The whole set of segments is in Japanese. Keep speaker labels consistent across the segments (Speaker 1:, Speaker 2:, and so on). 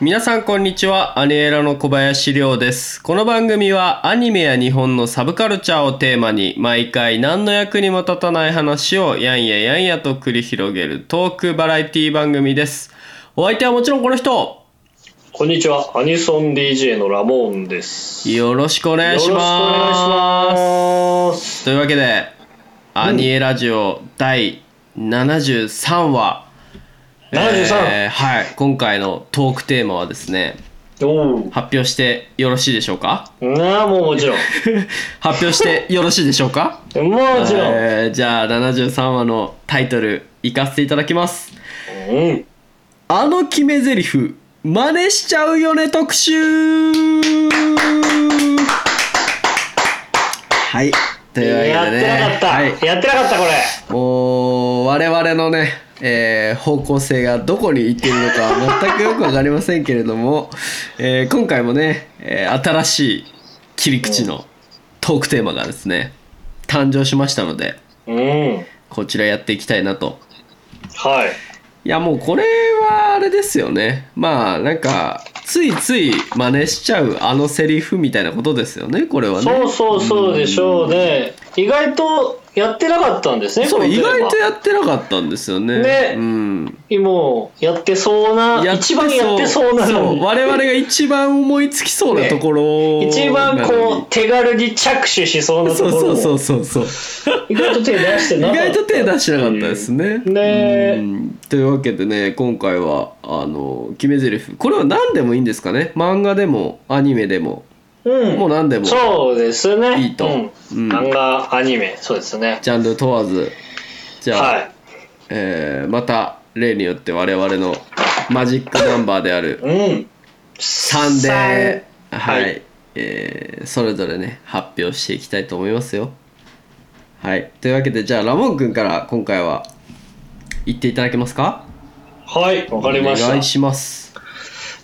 Speaker 1: 皆さんこんにちはアニエラの小林亮ですこの番組はアニメや日本のサブカルチャーをテーマに毎回何の役にも立たない話をやんややんやと繰り広げるトークバラエティ番組ですお相手はもちろんこの人
Speaker 2: こんにちは、アニソン DJ のラモーンです。
Speaker 1: よろしくお願いします
Speaker 2: よろしくお願いします。
Speaker 1: というわけで「アニエラジオ」第73話、
Speaker 2: 73
Speaker 1: ーはい今回のトークテーマはですね
Speaker 2: おう。
Speaker 1: 発表してよろしいでしょうか
Speaker 2: なあ、もうもちろん。
Speaker 1: 発表してよろしいでしょうか
Speaker 2: もちろん。
Speaker 1: えーじゃあ73話のタイトルいかせていただきます
Speaker 2: うん。
Speaker 1: あの決め台詞真似しちゃうよね特集はいというわ
Speaker 2: や
Speaker 1: け
Speaker 2: っ
Speaker 1: で
Speaker 2: て
Speaker 1: ね
Speaker 2: なかった、
Speaker 1: はい、
Speaker 2: やってなかった、これ。
Speaker 1: もう我々のね、えー方向性がどこに行っているのかは全くよく分かりませんけれども、えー今回もね、えー新しい切り口のトークテーマがですね誕生しましたので
Speaker 2: うん。
Speaker 1: こちらやっていきたいなと
Speaker 2: はい。
Speaker 1: いやもうこれはあれですよねまあなんかついつい真似しちゃうあのセリフみたいなことですよねこれはね
Speaker 2: そうそうそうでしょうね。意外とやってなかったんですね、
Speaker 1: そう
Speaker 2: この
Speaker 1: 意
Speaker 2: テーマ
Speaker 1: 外とやってなかったんですよね
Speaker 2: ね
Speaker 1: うん
Speaker 2: もう、やってそうな、
Speaker 1: って
Speaker 2: 一番やってそうなの
Speaker 1: そう
Speaker 2: に。
Speaker 1: 我々が一番思いつきそうなところ、
Speaker 2: 一番こう、手軽に着手しそうなと
Speaker 1: そう
Speaker 2: ころ
Speaker 1: そ
Speaker 2: も
Speaker 1: うそうそうそう
Speaker 2: 意外と手出して
Speaker 1: 意
Speaker 2: なかった
Speaker 1: 外と手出してなかったですね。
Speaker 2: ねえ
Speaker 1: うんというわけでね今回はあの決め台詞これは何でもいいんですかね漫画でもアニメでも
Speaker 2: うん
Speaker 1: もう何でもジ
Speaker 2: そうですね。
Speaker 1: いいと
Speaker 2: うん、
Speaker 1: うん
Speaker 2: 漫画、アニメ、そうですね。
Speaker 1: ャンル問わずじゃあ、
Speaker 2: は
Speaker 1: えーまた例によって我々のマジックナンバーである
Speaker 2: い。うん。
Speaker 1: 3で、はい、
Speaker 2: はい
Speaker 1: えーそれぞれね、発表していきたいと思いますよ。はい。というわけで、じゃあ、ラモン君から今回は言っていただけますか
Speaker 2: はい、わ
Speaker 1: わ
Speaker 2: かりま
Speaker 1: お願
Speaker 2: し
Speaker 1: い
Speaker 2: た。
Speaker 1: します。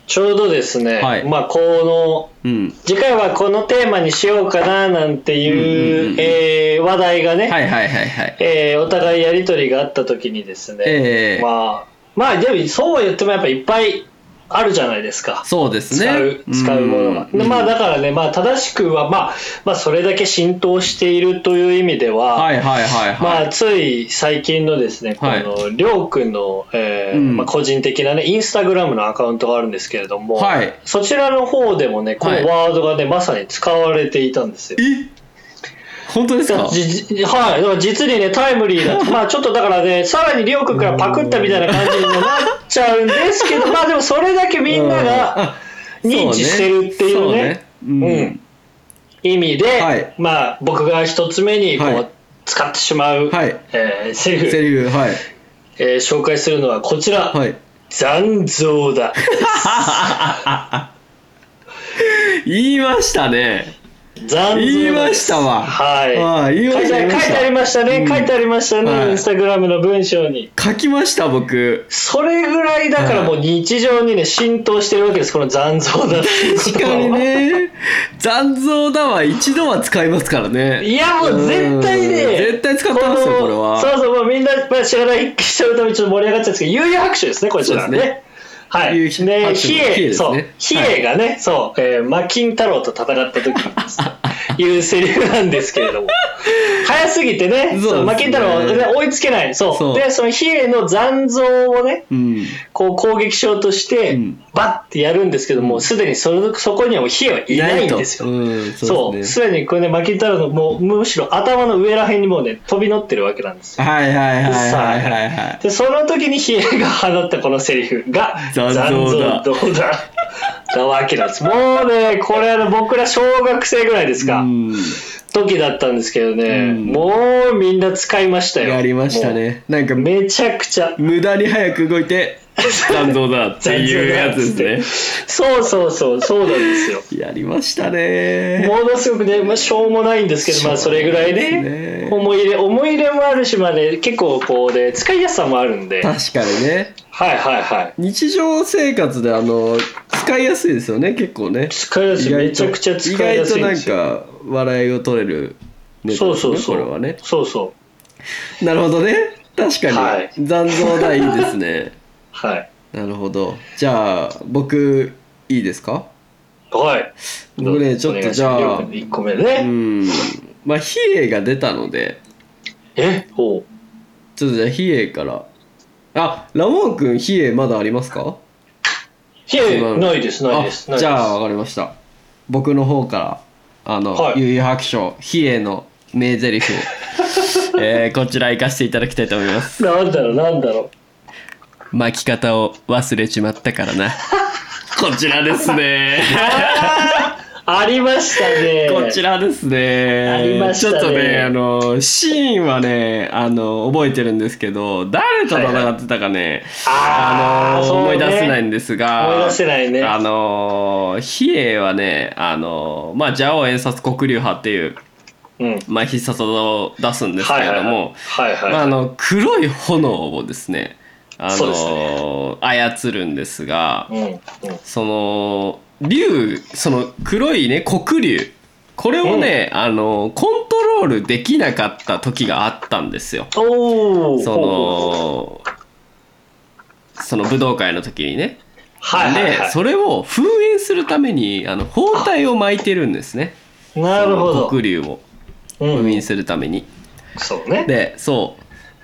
Speaker 2: ちょうどですね、
Speaker 1: はい
Speaker 2: まあ、この、
Speaker 1: うん。
Speaker 2: 次回はこのテーマにしようかななんてい
Speaker 1: うん
Speaker 2: う,、
Speaker 1: うんうん
Speaker 2: えー話題がね、
Speaker 1: はいはいはいはい。
Speaker 2: えーお互いやりとりがあった時にですね、
Speaker 1: えー
Speaker 2: まあ、まあ、でもそうは言ってもやっぱいっぱいあるじゃないですか。
Speaker 1: そうですね。
Speaker 2: 使う、使うものが。
Speaker 1: うん
Speaker 2: でまあだからね、まあ正しくは、まあ、まあそれだけ浸透しているという意味では、
Speaker 1: はいはいはいはい。
Speaker 2: まあ、つい最近のですね、
Speaker 1: はい
Speaker 2: このりょうくんの、えー
Speaker 1: うん
Speaker 2: まあ、個人的なね、インスタグラムのアカウントがあるんですけれども、
Speaker 1: はい
Speaker 2: そちらの方でもね、こ
Speaker 1: はい
Speaker 2: のワードがね、まさに使われていたんですよ。
Speaker 1: え本当ですか
Speaker 2: じじはい、だから実にね、タイムリ ーだと、まあちょっとだからね、さらにりょうくんからパクったみたいな感じにもなっちゃうんです けど、まあでもそれだけみんなが、
Speaker 1: あ
Speaker 2: 認知してるっていうね
Speaker 1: そうね。そう
Speaker 2: う
Speaker 1: ね
Speaker 2: ん意味で、
Speaker 1: はい
Speaker 2: まあ僕が一つ目にこう、
Speaker 1: はい
Speaker 2: 使ってしまう、
Speaker 1: はい
Speaker 2: えーセリ
Speaker 1: うん。
Speaker 2: フ
Speaker 1: セリフ、はい。
Speaker 2: えー紹介するのはこちら、
Speaker 1: はい。
Speaker 2: 残像だ
Speaker 1: 言いましたね。
Speaker 2: 残像
Speaker 1: 言いましたわ。
Speaker 2: はい
Speaker 1: ああ言いま
Speaker 2: 書い
Speaker 1: してた。
Speaker 2: 書い
Speaker 1: 言いました
Speaker 2: てありましたね、
Speaker 1: うん
Speaker 2: 書いてありましたね、
Speaker 1: はい
Speaker 2: インスタグラムの文章に
Speaker 1: 書きました僕。
Speaker 2: それぐらいだからもう日常にね浸透してるわけですこの残像だっていう
Speaker 1: 確
Speaker 2: 言葉
Speaker 1: か
Speaker 2: は
Speaker 1: にね。 残像だわ一度は使いますからね。
Speaker 2: いやもう絶対ね
Speaker 1: うん絶対使ってますよ
Speaker 2: の
Speaker 1: これは。
Speaker 2: そうそうもうみんな、まあ、知らない人のためにちょっと盛り上がっちゃうんですけど悠々白書ですねこちら
Speaker 1: そう
Speaker 2: ね
Speaker 1: です
Speaker 2: はい
Speaker 1: 悠々
Speaker 2: で
Speaker 1: 白書
Speaker 2: 比
Speaker 1: 比叡ですね
Speaker 2: 叡そ
Speaker 1: は
Speaker 2: う
Speaker 1: い
Speaker 2: 比叡がね、そう、えー、マキン太郎と戦った時にですねいうセリフなんですけれ ども早すぎてね
Speaker 1: そうですね
Speaker 2: マキン太郎はね追いつけないそう
Speaker 1: そう
Speaker 2: でその比叡の残像をね
Speaker 1: うん。
Speaker 2: こう攻撃しようとして、
Speaker 1: うん
Speaker 2: バッてやるんですけどもすでにそのそこにはもう比叡はいないんですよ、
Speaker 1: うん
Speaker 2: そ
Speaker 1: そう
Speaker 2: う、
Speaker 1: です
Speaker 2: すで、にこれね、マキンタロのもうむしろ頭の上らへんにもうね、飛び乗ってるわけなんですよ。
Speaker 1: ね。はいはいはいはいはいはい。
Speaker 2: で、その時にヒエが放ったこのセリフ が、
Speaker 1: 残像だ
Speaker 2: どうだ。なわけなんです。もうね、これあの僕ら小学生ぐらいですか、
Speaker 1: うん
Speaker 2: 時だったんですけどね、
Speaker 1: うん
Speaker 2: もうみんな使いましたよ。
Speaker 1: やりましたね。なんか
Speaker 2: もう。めちゃくちゃ。
Speaker 1: 無駄に早く動いて残像だっていうやつです
Speaker 2: そうそうそう、そうなんです よ。
Speaker 1: ね。やりましたね。
Speaker 2: ものすごくね、まあ、しょうもないんですけど、まあ、それぐらいね
Speaker 1: ね
Speaker 2: 思い入れ思い入れもあるし、まあね、結構こうで、使いやすさもあるんではい
Speaker 1: 確かにね。
Speaker 2: はいはい
Speaker 1: 日常生活であの使いやすいですよね結構ね
Speaker 2: 使いやす
Speaker 1: 意
Speaker 2: い
Speaker 1: 外
Speaker 2: めち
Speaker 1: と
Speaker 2: ゃくちゃ使
Speaker 1: 意
Speaker 2: い
Speaker 1: 外
Speaker 2: やす
Speaker 1: と
Speaker 2: いん
Speaker 1: な
Speaker 2: で
Speaker 1: ん
Speaker 2: すよ
Speaker 1: か笑いを取れるネタ
Speaker 2: そ
Speaker 1: で
Speaker 2: う
Speaker 1: す
Speaker 2: そう
Speaker 1: ね
Speaker 2: そう
Speaker 1: これはね
Speaker 2: そうそう
Speaker 1: なるほどね確かに、
Speaker 2: はい
Speaker 1: 残像だいいですね
Speaker 2: はい
Speaker 1: なるほどじゃあ僕いいですか
Speaker 2: はい
Speaker 1: 僕ねちょっとじゃあ
Speaker 2: 1個目
Speaker 1: う
Speaker 2: ね、
Speaker 1: んまあ比叡が出たので
Speaker 2: えおう
Speaker 1: ちょっとじゃあ比叡からあラモン君比叡まだありますか
Speaker 2: いやいやないですないです
Speaker 1: あ
Speaker 2: ないです
Speaker 1: じゃあわかりました僕の方からあの
Speaker 2: はい
Speaker 1: 悠々白書比叡の名台 詞えーこちら行かせていただきたいと思います
Speaker 2: なんだろうなんだろう
Speaker 1: 巻き方を忘れちまったから なこちらですね
Speaker 2: ありましたね
Speaker 1: こちらですね
Speaker 2: ありましたね
Speaker 1: ちょっとねあのシーンはねあの覚えてるんですけど誰と戦ってたかね、
Speaker 2: あ
Speaker 1: あの
Speaker 2: ー
Speaker 1: ー
Speaker 2: そうね
Speaker 1: 思い出せないんですが
Speaker 2: 思い出せないね
Speaker 1: あのー比叡はねあのーまあ蛇王演殺黒竜派っていう、
Speaker 2: うん
Speaker 1: まあ、必殺技を出すんですけ
Speaker 2: はい
Speaker 1: れ
Speaker 2: はい
Speaker 1: ど
Speaker 2: は
Speaker 1: も
Speaker 2: いはいはい
Speaker 1: まああの黒い炎をですねあのー
Speaker 2: そうです
Speaker 1: 操るんですが
Speaker 2: うんうん
Speaker 1: その竜その黒いね黒竜これをね、あのーコントロールできなかった時があったんですよ。
Speaker 2: おお
Speaker 1: そのその武道会の時にね。
Speaker 2: はいはいは
Speaker 1: でそれを封印するためにあの包帯を巻いてるんですね
Speaker 2: いなるほ
Speaker 1: その
Speaker 2: ど
Speaker 1: 黒竜を
Speaker 2: う
Speaker 1: 封
Speaker 2: ん
Speaker 1: 印するために、
Speaker 2: そうね
Speaker 1: でそう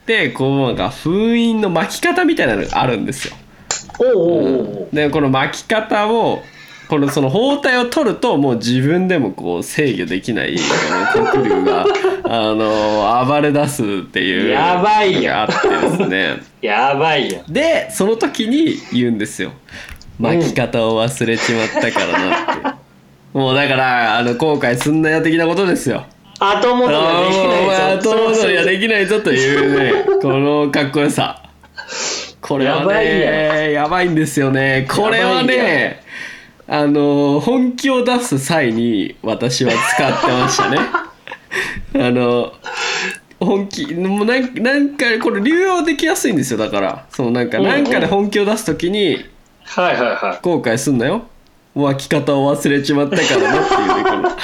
Speaker 1: でこうなんか封印の巻き方みたいなのがあるんですよ、
Speaker 2: おうおうおうおう
Speaker 1: でこの巻き方をこのその包帯を取るともう自分でもこう制御できないこの黒竜 があの暴れ出すっていう
Speaker 2: やばいよ
Speaker 1: のがあってですね
Speaker 2: やばいや
Speaker 1: でその時に言うんですよ巻き方を忘れちまったからな って、もうだからあの後悔すんなよ的なことですよ
Speaker 2: 後戻りはできない
Speaker 1: あ
Speaker 2: ぞ
Speaker 1: ーもう後戻りはできないぞと いうねこのかっこよさこれは
Speaker 2: やばい
Speaker 1: ねやばいんですよねこれは
Speaker 2: やばい
Speaker 1: ねあの本気を出す際に私は使ってま したねあの本気もうなんなんかこれ流用できやすいんですよだからそのなんか、
Speaker 2: うんうん
Speaker 1: なんかで本気を出す時に
Speaker 2: はいはいは
Speaker 1: 後悔すんなよ湧き方を忘れちまったからなっていうねこの
Speaker 2: い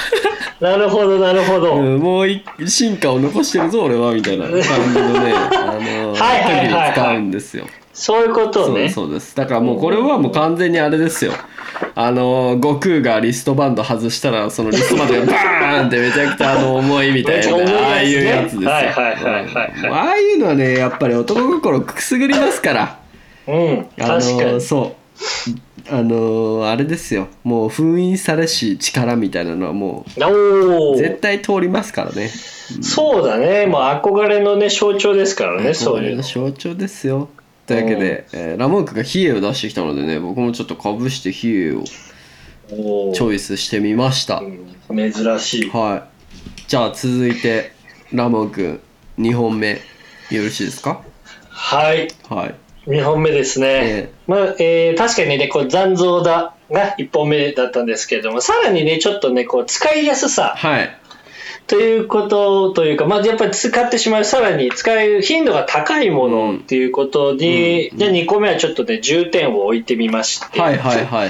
Speaker 2: なるほどなるほど、
Speaker 1: うん、もうい進化を残してるぞ俺はみたいな感じの ね、あの
Speaker 2: はいはいはいは
Speaker 1: 時
Speaker 2: い
Speaker 1: に使うんですよ、
Speaker 2: そういうこと
Speaker 1: そう
Speaker 2: ね
Speaker 1: そうですだからもうこれはもう完全にあれですよあの悟空がリストバンド外したらそのリストバンドがバーンってめちゃくちゃあの重いみたいな、
Speaker 2: めっちゃ重いやつね
Speaker 1: ああいうやつですよ、
Speaker 2: はいはいはいはいはい
Speaker 1: うんああいうのはねやっぱり男心くすぐりますから
Speaker 2: うん
Speaker 1: あの
Speaker 2: 確かに
Speaker 1: そうあのあれですよもう封印されし力みたいなのはも
Speaker 2: お
Speaker 1: う
Speaker 2: お
Speaker 1: 絶対通りますからね
Speaker 2: そうだねもう憧れのね象徴ですからねそういうの
Speaker 1: 象徴ですよというわけで、えーラモンクが比叡を出してきたのでね僕もちょっとかぶして比叡を
Speaker 2: お
Speaker 1: チョイスしてみました、
Speaker 2: ー珍しい
Speaker 1: はいじゃあ続いてラモン君2本目よろしいですか
Speaker 2: はい
Speaker 1: はい
Speaker 2: 2本目ですね、
Speaker 1: え
Speaker 2: まあえー確かにねこう残像だが1本目だったんですけれどもさらにねちょっとねこう使いやすさ
Speaker 1: はい
Speaker 2: ということというか、まあ、やっぱり使ってしまうさらに使う頻度が高いものっていうことに、じゃあ2個目はちょっとね重点を置いてみまして
Speaker 1: はいはいはいはい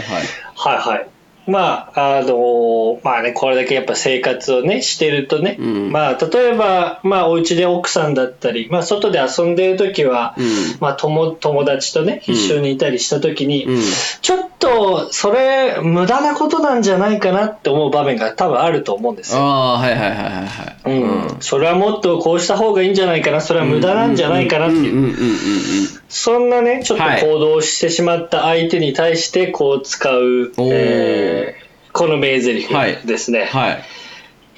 Speaker 2: はいはい。まあ、あのまあね、これだけやっぱ生活をね、してるとね、
Speaker 1: うん
Speaker 2: まあ、例えば、まあ、お家で奥さんだったり、まあ、外で遊んでる時は、
Speaker 1: うん
Speaker 2: まあ、友友達とね、
Speaker 1: うん
Speaker 2: 一緒にいたりした時に、
Speaker 1: うん
Speaker 2: ちょっと、それ、無駄なことなんじゃないかなって思う場面が多分あると思うんですよ。
Speaker 1: ああーはいはいはいはいはい
Speaker 2: うん、それはもっとこうした方がいいんじゃないかな、それは無駄なんじゃないかなっていう、
Speaker 1: うんうんうんうんうん
Speaker 2: そんなね、ちょっと
Speaker 1: はい
Speaker 2: 行動してしまった相手に対して、こう使う、
Speaker 1: おー
Speaker 2: えーこの名台詞
Speaker 1: はい
Speaker 2: ですね、
Speaker 1: はい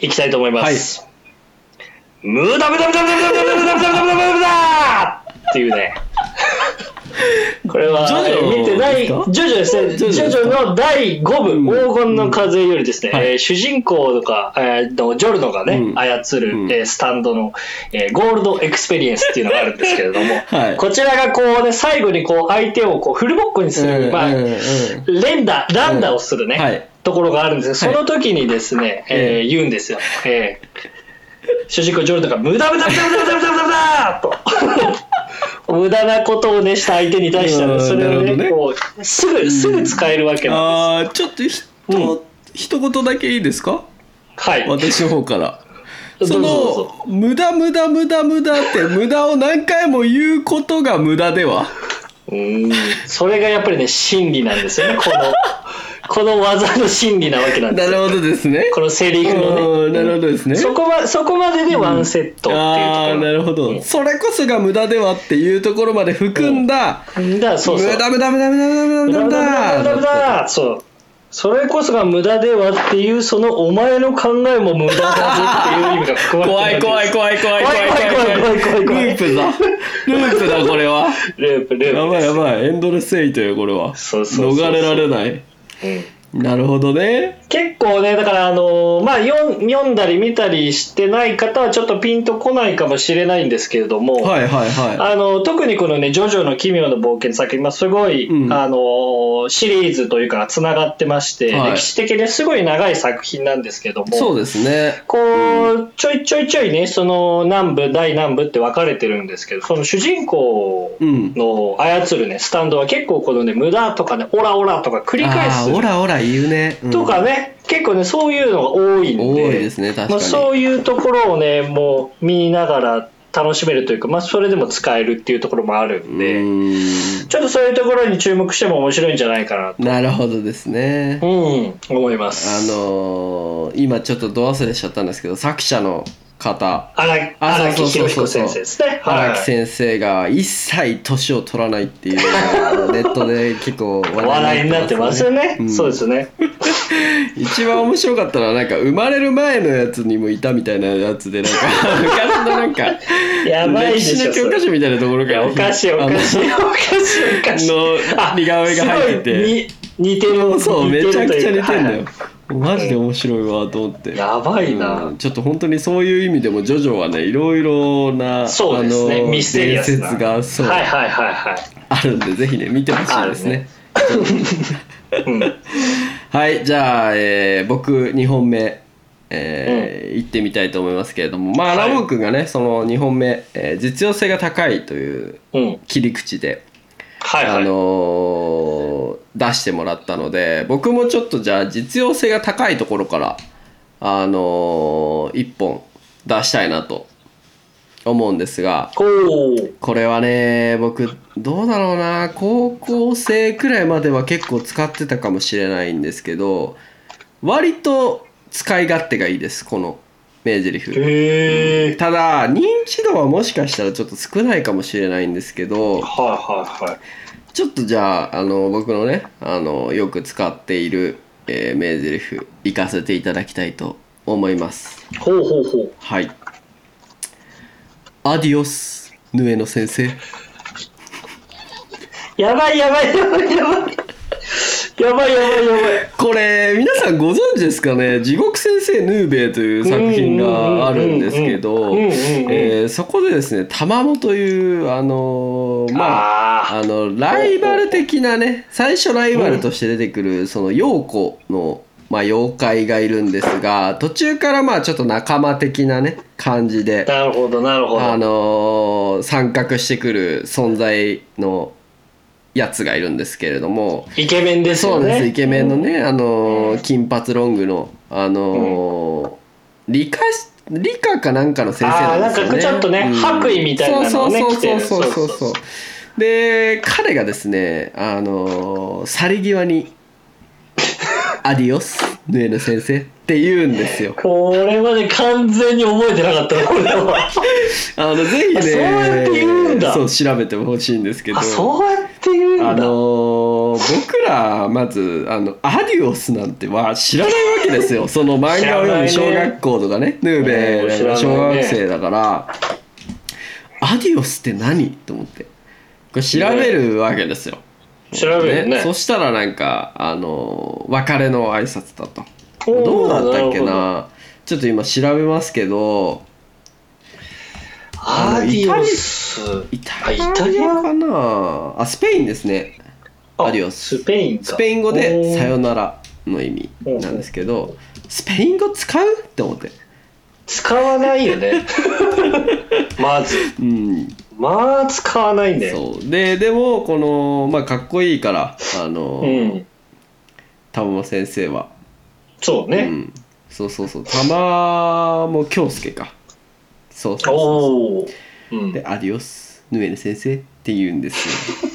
Speaker 2: い、きたいと思います。無駄無駄無駄無駄無駄無駄無駄無駄無駄無駄無駄っていうね。これは
Speaker 1: ジョジョ
Speaker 2: えー見てな
Speaker 1: です
Speaker 2: い、ジ
Speaker 1: か
Speaker 2: ョジョです
Speaker 1: ジ
Speaker 2: ね、ジ
Speaker 1: ョ
Speaker 2: ョ
Speaker 1: ジ
Speaker 2: ジ
Speaker 1: ョですか
Speaker 2: ョの第5
Speaker 1: うん
Speaker 2: 部、黄金の風よりですね、
Speaker 1: はい
Speaker 2: えー主人公とか、えーとジョルノがね、
Speaker 1: うん
Speaker 2: 操る、
Speaker 1: うん
Speaker 2: えースタンドの、えーゴールドエクスペリエンスっていうのがあるんですけれども、
Speaker 1: はい
Speaker 2: こちらがこうね、最後にこう相手をこうフルボッコにする、
Speaker 1: うん
Speaker 2: まあ、
Speaker 1: うんうん
Speaker 2: 連打、乱打をするね、
Speaker 1: うんはい
Speaker 2: ところがあるんですけど、その時にですね、えー言うんですよ。えー主人公ジョルノが無駄無駄無駄無駄無駄無駄無駄無駄と。無駄なことをねした相手に対しては
Speaker 1: うん
Speaker 2: ね、それ
Speaker 1: なる
Speaker 2: を
Speaker 1: ほ
Speaker 2: ね、
Speaker 1: どね
Speaker 2: こう、すぐ、すぐ使えるわけなんで
Speaker 1: あーちょっとひと、
Speaker 2: うん
Speaker 1: 一言だけいいですか
Speaker 2: す。はい。
Speaker 1: 私の方から。
Speaker 2: どうぞ
Speaker 1: そ
Speaker 2: どうぞ
Speaker 1: の無駄無駄無駄無駄って無駄を何回も言うことが無駄では
Speaker 2: うーんそれがやっぱりね、真理なんですよね、この、この技の真理なわけなんで
Speaker 1: な
Speaker 2: す
Speaker 1: る
Speaker 2: よ。
Speaker 1: ほどですね。
Speaker 2: このセリフの
Speaker 1: うん
Speaker 2: ね。
Speaker 1: なるほどですね。
Speaker 2: そこま、そこまででワンセットっていうところ。
Speaker 1: ああーなるほど、
Speaker 2: うん
Speaker 1: それこそが無駄ではっていうところまで含んだ、
Speaker 2: だからそう
Speaker 1: 無
Speaker 2: そう。
Speaker 1: 駄無駄無駄無駄無駄無駄無駄無駄
Speaker 2: 無駄そう。それこそが無駄ではっていう、そのお前の考えも無駄だねっていう意味が含まれて
Speaker 1: 怖
Speaker 2: る
Speaker 1: い怖い怖い怖い怖い
Speaker 2: 怖い怖い怖い怖い怖い
Speaker 1: ループだループだこれは
Speaker 2: ループ、ループ。
Speaker 1: やばいやばいエンドレスエイトよこれは
Speaker 2: そうそうそうそう
Speaker 1: 逃れられない
Speaker 2: うん
Speaker 1: なるほどね
Speaker 2: 結構ね、だから、あのーまあ読ん、読んだり見たりしてない方はちょっとピンとこないかもしれないんですけれども、
Speaker 1: はいはいは
Speaker 2: あの特にこのね「ジョジョの奇妙な冒険」作品はすごい、
Speaker 1: うん
Speaker 2: あのシリーズというかつながってまして、
Speaker 1: はい
Speaker 2: 歴史的にすごい長い作品なんですけど
Speaker 1: いそ
Speaker 2: も
Speaker 1: うですね
Speaker 2: こうちょいちょいちょいねその南部大南部って分かれてるんですけどその主人公
Speaker 1: うん
Speaker 2: の操るねスタンドは結構このね無駄とかねオラオラとか繰り返
Speaker 1: あ
Speaker 2: す
Speaker 1: あオラオラ言うね、うん
Speaker 2: とかね、結構ねそういうのが多いんで
Speaker 1: 多いですね確かに、
Speaker 2: まあ、そういうところをねもう見ながら楽しめるというか、まあ、それでも使えるっていうところもあるん
Speaker 1: う
Speaker 2: で、
Speaker 1: ーん
Speaker 2: ちょっとそういうところに注目しても面白いんじゃないかなと、
Speaker 1: なるほどですね
Speaker 2: うん、思いま
Speaker 1: あ
Speaker 2: す。
Speaker 1: のー今ちょっとど忘れしちゃったんですけど作者の方
Speaker 2: 荒
Speaker 1: あ
Speaker 2: 荒木
Speaker 1: そうそうそう
Speaker 2: 博彦
Speaker 1: そう
Speaker 2: 先生ですね。
Speaker 1: 荒木
Speaker 2: はい
Speaker 1: 先生が一切年を取らないっていう のがネットで結構
Speaker 2: お笑いになってますよね。
Speaker 1: ん
Speaker 2: そうですね。
Speaker 1: 一番面白かったのはなんか生まれる前のやつにもいたみたいなやつでなんか昔のなんか
Speaker 2: やばいで
Speaker 1: 歴
Speaker 2: し
Speaker 1: 史
Speaker 2: ょ。
Speaker 1: の
Speaker 2: そ
Speaker 1: 教科
Speaker 2: れ
Speaker 1: 書みたいなところ
Speaker 2: い
Speaker 1: か
Speaker 2: や
Speaker 1: ら
Speaker 2: おかしいおかしいおかしいおかしい。
Speaker 1: の
Speaker 2: あ
Speaker 1: 似顔絵が入ってて
Speaker 2: すごいに似てる。
Speaker 1: そうめ
Speaker 2: る
Speaker 1: ちゃくちゃ似
Speaker 2: と
Speaker 1: てん
Speaker 2: いうか
Speaker 1: だよ、マジで面白いわと思って
Speaker 2: やばいな
Speaker 1: うんちょっと本当にそういう意味でもジョジョはねいろいろな
Speaker 2: そうですね
Speaker 1: あの
Speaker 2: ミステリアスな
Speaker 1: 伝説がそう、
Speaker 2: はいはいはいはい。
Speaker 1: あるんでぜひね見てほしいですね
Speaker 2: うん
Speaker 1: はいじゃあ、えー僕2本目、えー行ってみたいと思いますけれどもまあ
Speaker 2: はい
Speaker 1: ラモン君がねその2本目、えー実用性が高いという
Speaker 2: うん。
Speaker 1: 切り口で、
Speaker 2: はいはい。
Speaker 1: あのー出してもらったので僕もちょっとじゃあ実用性が高いところからあの1本出したいなと思うんですが
Speaker 2: おー
Speaker 1: これはね僕どうだろうな高校生くらいまでは結構使ってたかもしれないんですけど割と使い勝手がいいですこの名台詞
Speaker 2: へえ。
Speaker 1: ただ認知度はもしかしたらちょっと少ないかもしれないんですけど
Speaker 2: はいはいはい。
Speaker 1: ちょっとじゃああの僕のねあのよく使っている、えー、名台詞行かせていただきたいと思います
Speaker 2: ほうほうほう。
Speaker 1: はいアディオスヌエの先生
Speaker 2: やばいやばいやばいやばい。やばいやばいやばい。
Speaker 1: これ皆さんご存知ですかね「地獄先生ヌーベイ」という作品があるんですけ
Speaker 2: うん
Speaker 1: ど
Speaker 2: うんうんうん
Speaker 1: えーそこでですね玉モというあのーまあ
Speaker 2: あ
Speaker 1: あのライバル的なね最初ライバルとして出てくるその陽子の、まあ、妖怪がいるんですが途中からまあちょっと仲間的なね感じで
Speaker 2: あ。なるほどなるほど。
Speaker 1: あのー参画してくる存在のやつがいるんですけれども、
Speaker 2: イケメンです
Speaker 1: そ
Speaker 2: よ
Speaker 1: う
Speaker 2: ね。
Speaker 1: です、イケメンのね、あのー金髪ロングの、あのー理科し、理科かなんかの先生なんですよね。
Speaker 2: あーなんかちょっとね白衣みたいなのをね
Speaker 1: そう
Speaker 2: 着て
Speaker 1: そう
Speaker 2: る
Speaker 1: そうそうそうそう
Speaker 2: そうそう
Speaker 1: で、彼がですね、あのー去り際に、アディオス、ヌエル先生って言うんですよ。
Speaker 2: これまで完全に覚えてなかったなこれは。
Speaker 1: あの、ぜひね、
Speaker 2: あそうやって言うんだ
Speaker 1: そう、調べてほしいんですけど。
Speaker 2: あそうやって言うんだ。
Speaker 1: あのー僕らまずあのアディオスなんては知らないわけ ですよその漫画を読む
Speaker 2: 知ら
Speaker 1: 小
Speaker 2: ないね
Speaker 1: 学校とかねヌーベ
Speaker 2: うん知
Speaker 1: ー
Speaker 2: らない
Speaker 1: 小
Speaker 2: ね
Speaker 1: 学生だから、アディオスって何と思ってこれ調べるわけですよ、
Speaker 2: 調べるね。
Speaker 1: そしたらなんかあのー別れの挨拶だと
Speaker 2: おー
Speaker 1: どうだったっけな
Speaker 2: るほど
Speaker 1: ちょっと今調べますけど
Speaker 2: アディオス。
Speaker 1: イタ
Speaker 2: あイ
Speaker 1: リア
Speaker 2: タリア
Speaker 1: かなあスペインですね
Speaker 2: あ
Speaker 1: アディオス
Speaker 2: スペインか。
Speaker 1: スペイン語
Speaker 2: お
Speaker 1: で「
Speaker 2: ー
Speaker 1: さよなら」の意味なんですけどスペイン語使うって思って
Speaker 2: 使わないよねまず
Speaker 1: うん
Speaker 2: まあ使わないね
Speaker 1: そうででもこの、まあ、かっこいいからあの、
Speaker 2: うん
Speaker 1: 玉間先生は、
Speaker 2: そう
Speaker 1: う
Speaker 2: ね、
Speaker 1: ん、そうそうそう玉も京介かそうそうそう
Speaker 2: おおー、うん、
Speaker 1: で「アディオスヌエル先生」って言うんです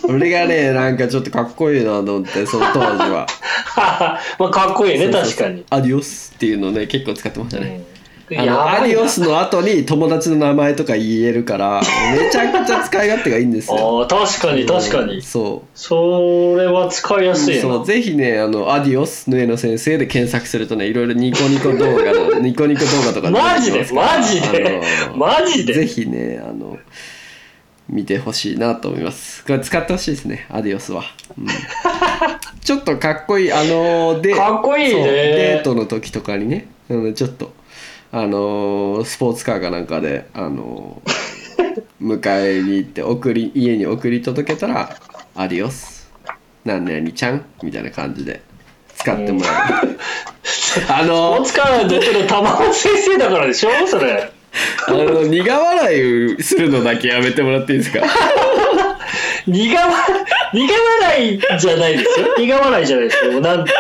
Speaker 1: よ 俺がねなんかちょっとかっこいいなと思ってその当時 は
Speaker 2: まあかっこいいね
Speaker 1: そう
Speaker 2: 確
Speaker 1: そうそう
Speaker 2: かに、
Speaker 1: アディオスっていうのね結構使ってましたね、
Speaker 2: うん、
Speaker 1: あの
Speaker 2: ばい
Speaker 1: ア
Speaker 2: な
Speaker 1: ディオスの後に友達の名前とか言えるからめちゃくちゃ使い勝手がいいんですよ
Speaker 2: ああ確かに確かに、
Speaker 1: うんそう
Speaker 2: それは使いやすいな、
Speaker 1: そうぜひねあの「アディオスヌエの先生」で検索するとねいろいろニコニコ動画の ニコニコ動画とか
Speaker 2: マジで
Speaker 1: 出てきま
Speaker 2: マ
Speaker 1: す
Speaker 2: ジ
Speaker 1: から
Speaker 2: で
Speaker 1: あの
Speaker 2: マジ
Speaker 1: ぜ
Speaker 2: で
Speaker 1: ひねあの見てほしいなと思いますこれ使ってほしいですねアディオスは、 うんちょっとかっこいいあので
Speaker 2: かっこいいね
Speaker 1: そうデートの時とかにねあのちょっとあのスポーツカーかなんかであ の迎えに行って送り家に送り届けたら「アディオス何々ちゃん」みたいな感じで使ってもらえる、あの
Speaker 2: お疲れ出てる玉川先生だからでしょそれ
Speaker 1: あの苦笑いするのだけやめてもらっていいですか
Speaker 2: 苦笑苦笑いじゃないですよ苦笑いじゃないですよなんなんか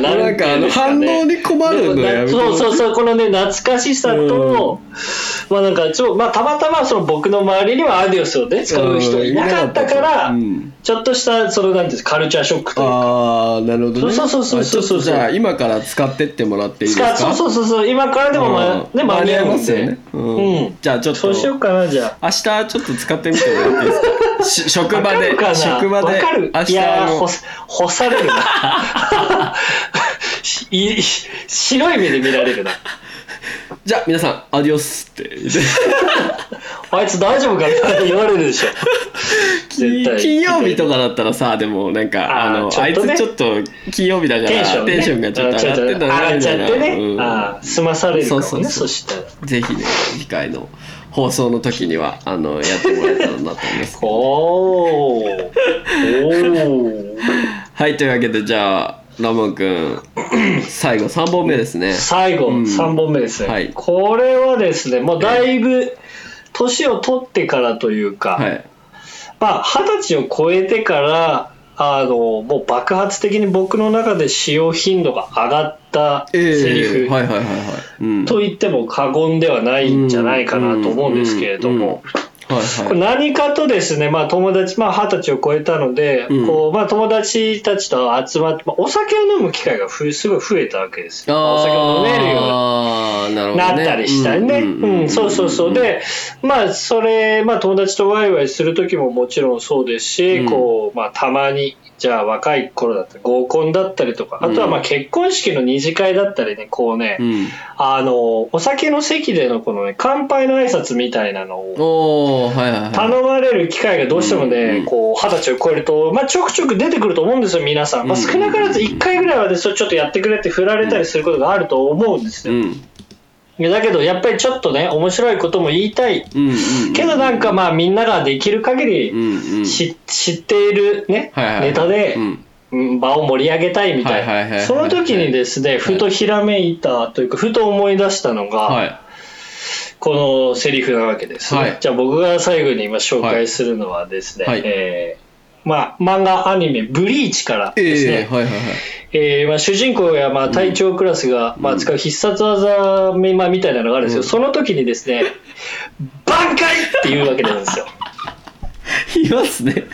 Speaker 2: なん
Speaker 1: なんかあの反応に困るのやめて
Speaker 2: そうそうそうこのね懐かしさと、まあなんかちょまあたまたまその僕の周りにはアディオスをね使う人いなかったから、
Speaker 1: うん
Speaker 2: ちょっとしたそのなんていうんですかカルチャーショックというか
Speaker 1: ああなるほどね
Speaker 2: そうそうそうそうそう
Speaker 1: あちょっとじゃあ今から使ってってもらっていいですか
Speaker 2: 使そうそうそうそう今からでもま
Speaker 1: うん
Speaker 2: ね間に合う
Speaker 1: ま
Speaker 2: ん
Speaker 1: すよね
Speaker 2: で、
Speaker 1: うん
Speaker 2: うん
Speaker 1: じゃあちょっと
Speaker 2: そうしようかなじゃ
Speaker 1: 明日ちょっと使ってみてもらっていいですかし職
Speaker 2: あ
Speaker 1: 場で
Speaker 2: わかるかな
Speaker 1: 職場
Speaker 2: わ
Speaker 1: で
Speaker 2: かる
Speaker 1: 明
Speaker 2: い
Speaker 1: 日
Speaker 2: や
Speaker 1: あ
Speaker 2: ー
Speaker 1: の
Speaker 2: 干す干されるな しい白い目で見られるな
Speaker 1: じゃあ皆さんアディオスって言って
Speaker 2: あいつ大丈夫かって言われるで しょ絶対
Speaker 1: 金曜日とかだったらさでもなんかあ
Speaker 2: あー
Speaker 1: の
Speaker 2: ちょ
Speaker 1: あ
Speaker 2: っ
Speaker 1: い
Speaker 2: とね
Speaker 1: つちょっと金曜日だから
Speaker 2: テンション、ね、
Speaker 1: テンションがちょっと上がってたな
Speaker 2: あちょっと上がっちゃってね、
Speaker 1: うん
Speaker 2: あー済まされるかもね
Speaker 1: そ
Speaker 2: そう
Speaker 1: そうそう
Speaker 2: したら
Speaker 1: ぜひね次回の放送の時にはあのやってもらえたらなと思います
Speaker 2: おーおー
Speaker 1: はいというわけでじゃあラモン君最後3本目ですね
Speaker 2: 最後、
Speaker 1: うん
Speaker 2: 3本目ですね、
Speaker 1: はい
Speaker 2: これはですねもうだいぶ年を取ってからというか、
Speaker 1: はい
Speaker 2: まあ、20歳を超えてからあのもう爆発的に僕の中で使用頻度が上がったセリフ、
Speaker 1: ええはいはいはいはい、うん
Speaker 2: と言っても過言ではないんじゃないかなと思うんですけれども、
Speaker 1: うんはい
Speaker 2: これ
Speaker 1: はい
Speaker 2: 何かとですね、まあ、友達、まあ、20歳を超えたので、
Speaker 1: うん
Speaker 2: こうまあ、友達たちと集まって、まあ、お酒を飲む機会がふすごい増えたわけですよ。まあお酒を飲めるように
Speaker 1: あーなるほど、
Speaker 2: な
Speaker 1: ね、
Speaker 2: ったりしたりね。うん、そうそうそう。で、まあ、それ、まあ、友達とワイワイする時ももちろんそうですし、
Speaker 1: うん
Speaker 2: こう、まあ、たまに、じゃあ、若い頃だったり、合コンだったりとか、あとは、まあ、
Speaker 1: うん
Speaker 2: 結婚式の二次会だったりね、こうね、
Speaker 1: うん、
Speaker 2: あの、お酒の席でのこのね、乾杯の挨拶みたいなのを、
Speaker 1: おおはいはいはい
Speaker 2: 頼まれる機会がどうしても
Speaker 1: うんう
Speaker 2: ね
Speaker 1: ん、
Speaker 2: こう、二十歳を超えると、まあ、ちょくちょく出てくると思うんですよ、皆さん。まあ、
Speaker 1: うんうん
Speaker 2: 少なからず一回ぐらいはで、それちょっとやってくれって振られたりすることがあると思うんですよ
Speaker 1: う。ん
Speaker 2: いやだけどやっぱりちょっとね面白いことも言いたい
Speaker 1: うんうん
Speaker 2: けどなんかまあみんなができる限
Speaker 1: う
Speaker 2: り
Speaker 1: んうん
Speaker 2: し、知っているね、
Speaker 1: はいはいはい
Speaker 2: ネタで
Speaker 1: う、ん
Speaker 2: うん場を盛り上げたいみたいな、
Speaker 1: はいはいはいはい
Speaker 2: その時にですね、ふとひらめいたというかふと思い出したのが、
Speaker 1: はい
Speaker 2: このセリフなわけですね、
Speaker 1: はい
Speaker 2: じゃあ僕が最後に今紹介するのはですね、
Speaker 1: はい
Speaker 2: えーまあ、漫画アニメ「ブリーチ」からですね、
Speaker 1: ええはいはいはい
Speaker 2: えーまあ、主人公やまあ隊長クラスが、まあ、使う必殺技み,、まあ、みたいなのがあるんですよ、
Speaker 1: うん
Speaker 2: その時にで すね「挽回!」って言うわけなんですよ
Speaker 1: 言いますね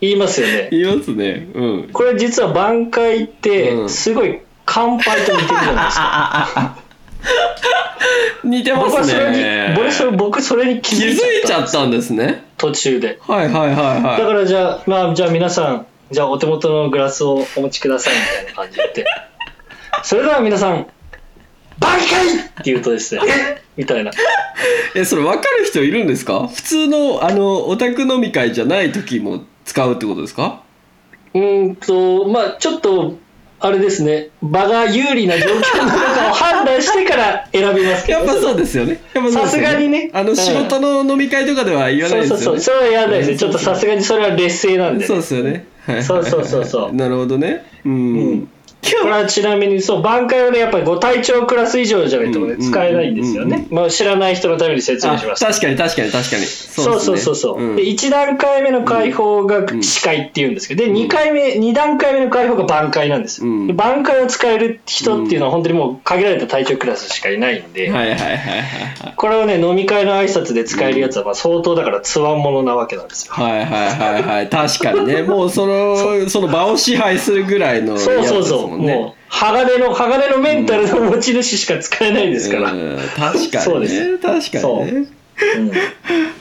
Speaker 2: 言いますよね
Speaker 1: 言いますねうん
Speaker 2: これ実は挽回っ
Speaker 1: う
Speaker 2: て
Speaker 1: ん
Speaker 2: すごい乾杯と似てるじゃないで すか、
Speaker 1: 似てま
Speaker 2: 僕は
Speaker 1: す
Speaker 2: それに
Speaker 1: ね
Speaker 2: 僕それ僕それに気
Speaker 1: 気づ
Speaker 2: づ
Speaker 1: い
Speaker 2: いち
Speaker 1: ち
Speaker 2: ゃった
Speaker 1: ゃったんですね
Speaker 2: 途中で
Speaker 1: はいはいはい
Speaker 2: だ
Speaker 1: は
Speaker 2: からじゃあ,、まあ、じゃあ皆さんじゃあお手元のグラスをお持ちくださいみたいな感じで言って それでは皆さん「挽回!」って言うと ですね「えっみたいない
Speaker 1: えそれ分かる人いるんですか普通のあのオタク飲み会じゃない時も使うってことですか
Speaker 2: うーんと、まあちょっと、あれですね、場が有利な状況なのかを判断してから選びますけど。
Speaker 1: やっぱそうですよねやっぱそうですよ
Speaker 2: さすがにね
Speaker 1: あ
Speaker 2: う
Speaker 1: の
Speaker 2: ん
Speaker 1: 仕事の飲み会とかでは言わな
Speaker 2: そ
Speaker 1: いうです
Speaker 2: そ
Speaker 1: よ
Speaker 2: う
Speaker 1: ね
Speaker 2: そう、それはやらないですね。ちょっとさすがにそれは劣勢なんでね。
Speaker 1: そうですよねはい
Speaker 2: そうそうそうそう
Speaker 1: なるほどねうん、
Speaker 2: うんこれはちなみにそう挽回はねやっぱりご体調クラス以上じゃないと、ね、使えないんですよ
Speaker 1: うん
Speaker 2: ね、まあ、知らない人のために説明
Speaker 1: あ
Speaker 2: します
Speaker 1: 確かに確かに確かに
Speaker 2: そう,、
Speaker 1: です
Speaker 2: そ
Speaker 1: ね
Speaker 2: うそうそう、
Speaker 1: ん
Speaker 2: で1段階目の解放が
Speaker 1: ん
Speaker 2: 視界っていうんですけどで2回目、二段階目の解放が挽回なんですよ、
Speaker 1: うん
Speaker 2: で挽回を使える人っていうのは本当にもう限られた体調クラスしかいないんで、
Speaker 1: はいはいはいはいはい
Speaker 2: これをね飲み会の挨拶で使えるやつはまあ相当だからつわものなわけなんですよ
Speaker 1: はいはいはいはい確か にねもうそのその場を支配するぐらいのやつ
Speaker 2: そうそう
Speaker 1: です
Speaker 2: そう、
Speaker 1: もんね
Speaker 2: もう鋼の鋼のメンタルの持ち主しか使えないですから、
Speaker 1: うん確か
Speaker 2: そう
Speaker 1: に
Speaker 2: で
Speaker 1: ね
Speaker 2: す
Speaker 1: 確かにね
Speaker 2: うん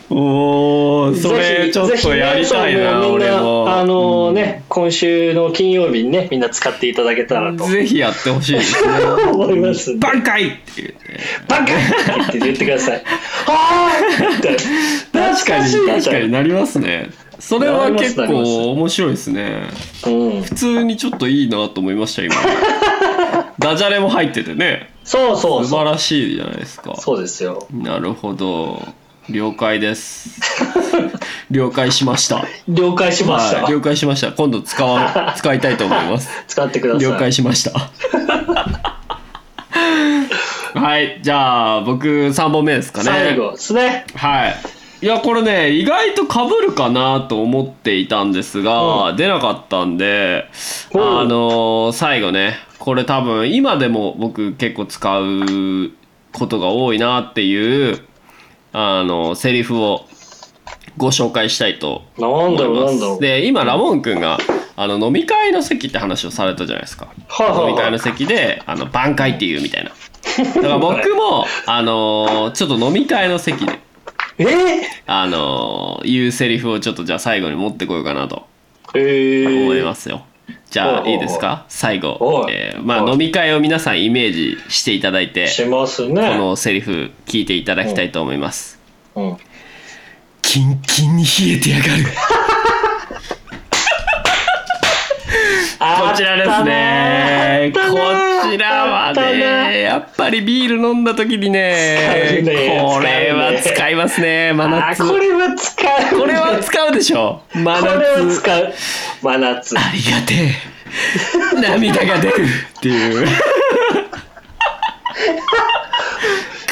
Speaker 1: おおそれちょっ
Speaker 2: ぜひ
Speaker 1: と
Speaker 2: ね
Speaker 1: やりたいな
Speaker 2: そうもうみん
Speaker 1: 俺
Speaker 2: な
Speaker 1: も
Speaker 2: あのね、今週の金曜日にねみんな使っていただけたらと
Speaker 1: ぜひやってほしい ですね
Speaker 2: 思いますんで
Speaker 1: 挽回っていうね
Speaker 2: バカって言ってく ださいはーいって
Speaker 1: 確かに
Speaker 2: 懐
Speaker 1: 確かに
Speaker 2: しい
Speaker 1: なりますねそれは結
Speaker 2: なりますなり
Speaker 1: 構面白いですね
Speaker 2: うん
Speaker 1: 普通にちょっといいなと思いました 今ダジャレも入っててね
Speaker 2: そうそう
Speaker 1: 素
Speaker 2: そ
Speaker 1: 晴
Speaker 2: う
Speaker 1: らしいじゃないですか
Speaker 2: そうですよ
Speaker 1: なるほど了解です 了解しました
Speaker 2: 了解しました、
Speaker 1: はい了解しました今度使わ 使いたいと思います
Speaker 2: 使ってください
Speaker 1: 了解しました はいじゃあ僕3本目ですかね
Speaker 2: 最後ですね
Speaker 1: はい。いやこれね意外と被るかなと思っていたんですが、出なかったんで、
Speaker 2: うん
Speaker 1: あのー最後ねこれ多分今でも僕結構使うことが多いなっていうあのセリフをご紹介したいと
Speaker 2: なん
Speaker 1: 思
Speaker 2: だ
Speaker 1: い
Speaker 2: ろう
Speaker 1: ま
Speaker 2: なんだろ
Speaker 1: す。
Speaker 2: う
Speaker 1: で今ラモン君があの飲み会の席って話をされたじゃないですか。
Speaker 2: はいはいはい
Speaker 1: 飲み会の席であの挽回っていうみたいな。だから僕もあのーちょっと飲み会の席で
Speaker 2: え
Speaker 1: あのー言うセリフをちょっとじゃあ最後に持ってこようかなと
Speaker 2: ー、えー、
Speaker 1: 思いますよ。じゃ
Speaker 2: おうおう
Speaker 1: あ
Speaker 2: おう
Speaker 1: いいですか最後
Speaker 2: お、い
Speaker 1: えーま
Speaker 2: お
Speaker 1: あ
Speaker 2: い
Speaker 1: 飲み会を皆さんイメージしていただいて
Speaker 2: します
Speaker 1: こ
Speaker 2: ね
Speaker 1: のセリフ聞いていただきたいと思います。
Speaker 2: うん
Speaker 1: キンキンに冷えてやがる。こちらですね。こ
Speaker 2: あったな
Speaker 1: ちらはね、やっぱりビール飲んだ時に
Speaker 2: 使
Speaker 1: ね
Speaker 2: う、ね
Speaker 1: これは
Speaker 2: 使うね
Speaker 1: 使いますね、真
Speaker 2: あ
Speaker 1: 夏。
Speaker 2: ーこ
Speaker 1: こ
Speaker 2: れは使うね
Speaker 1: れは使うでしょ、真夏。
Speaker 2: これは使う真夏
Speaker 1: ありがてえ。涙が出るっていう。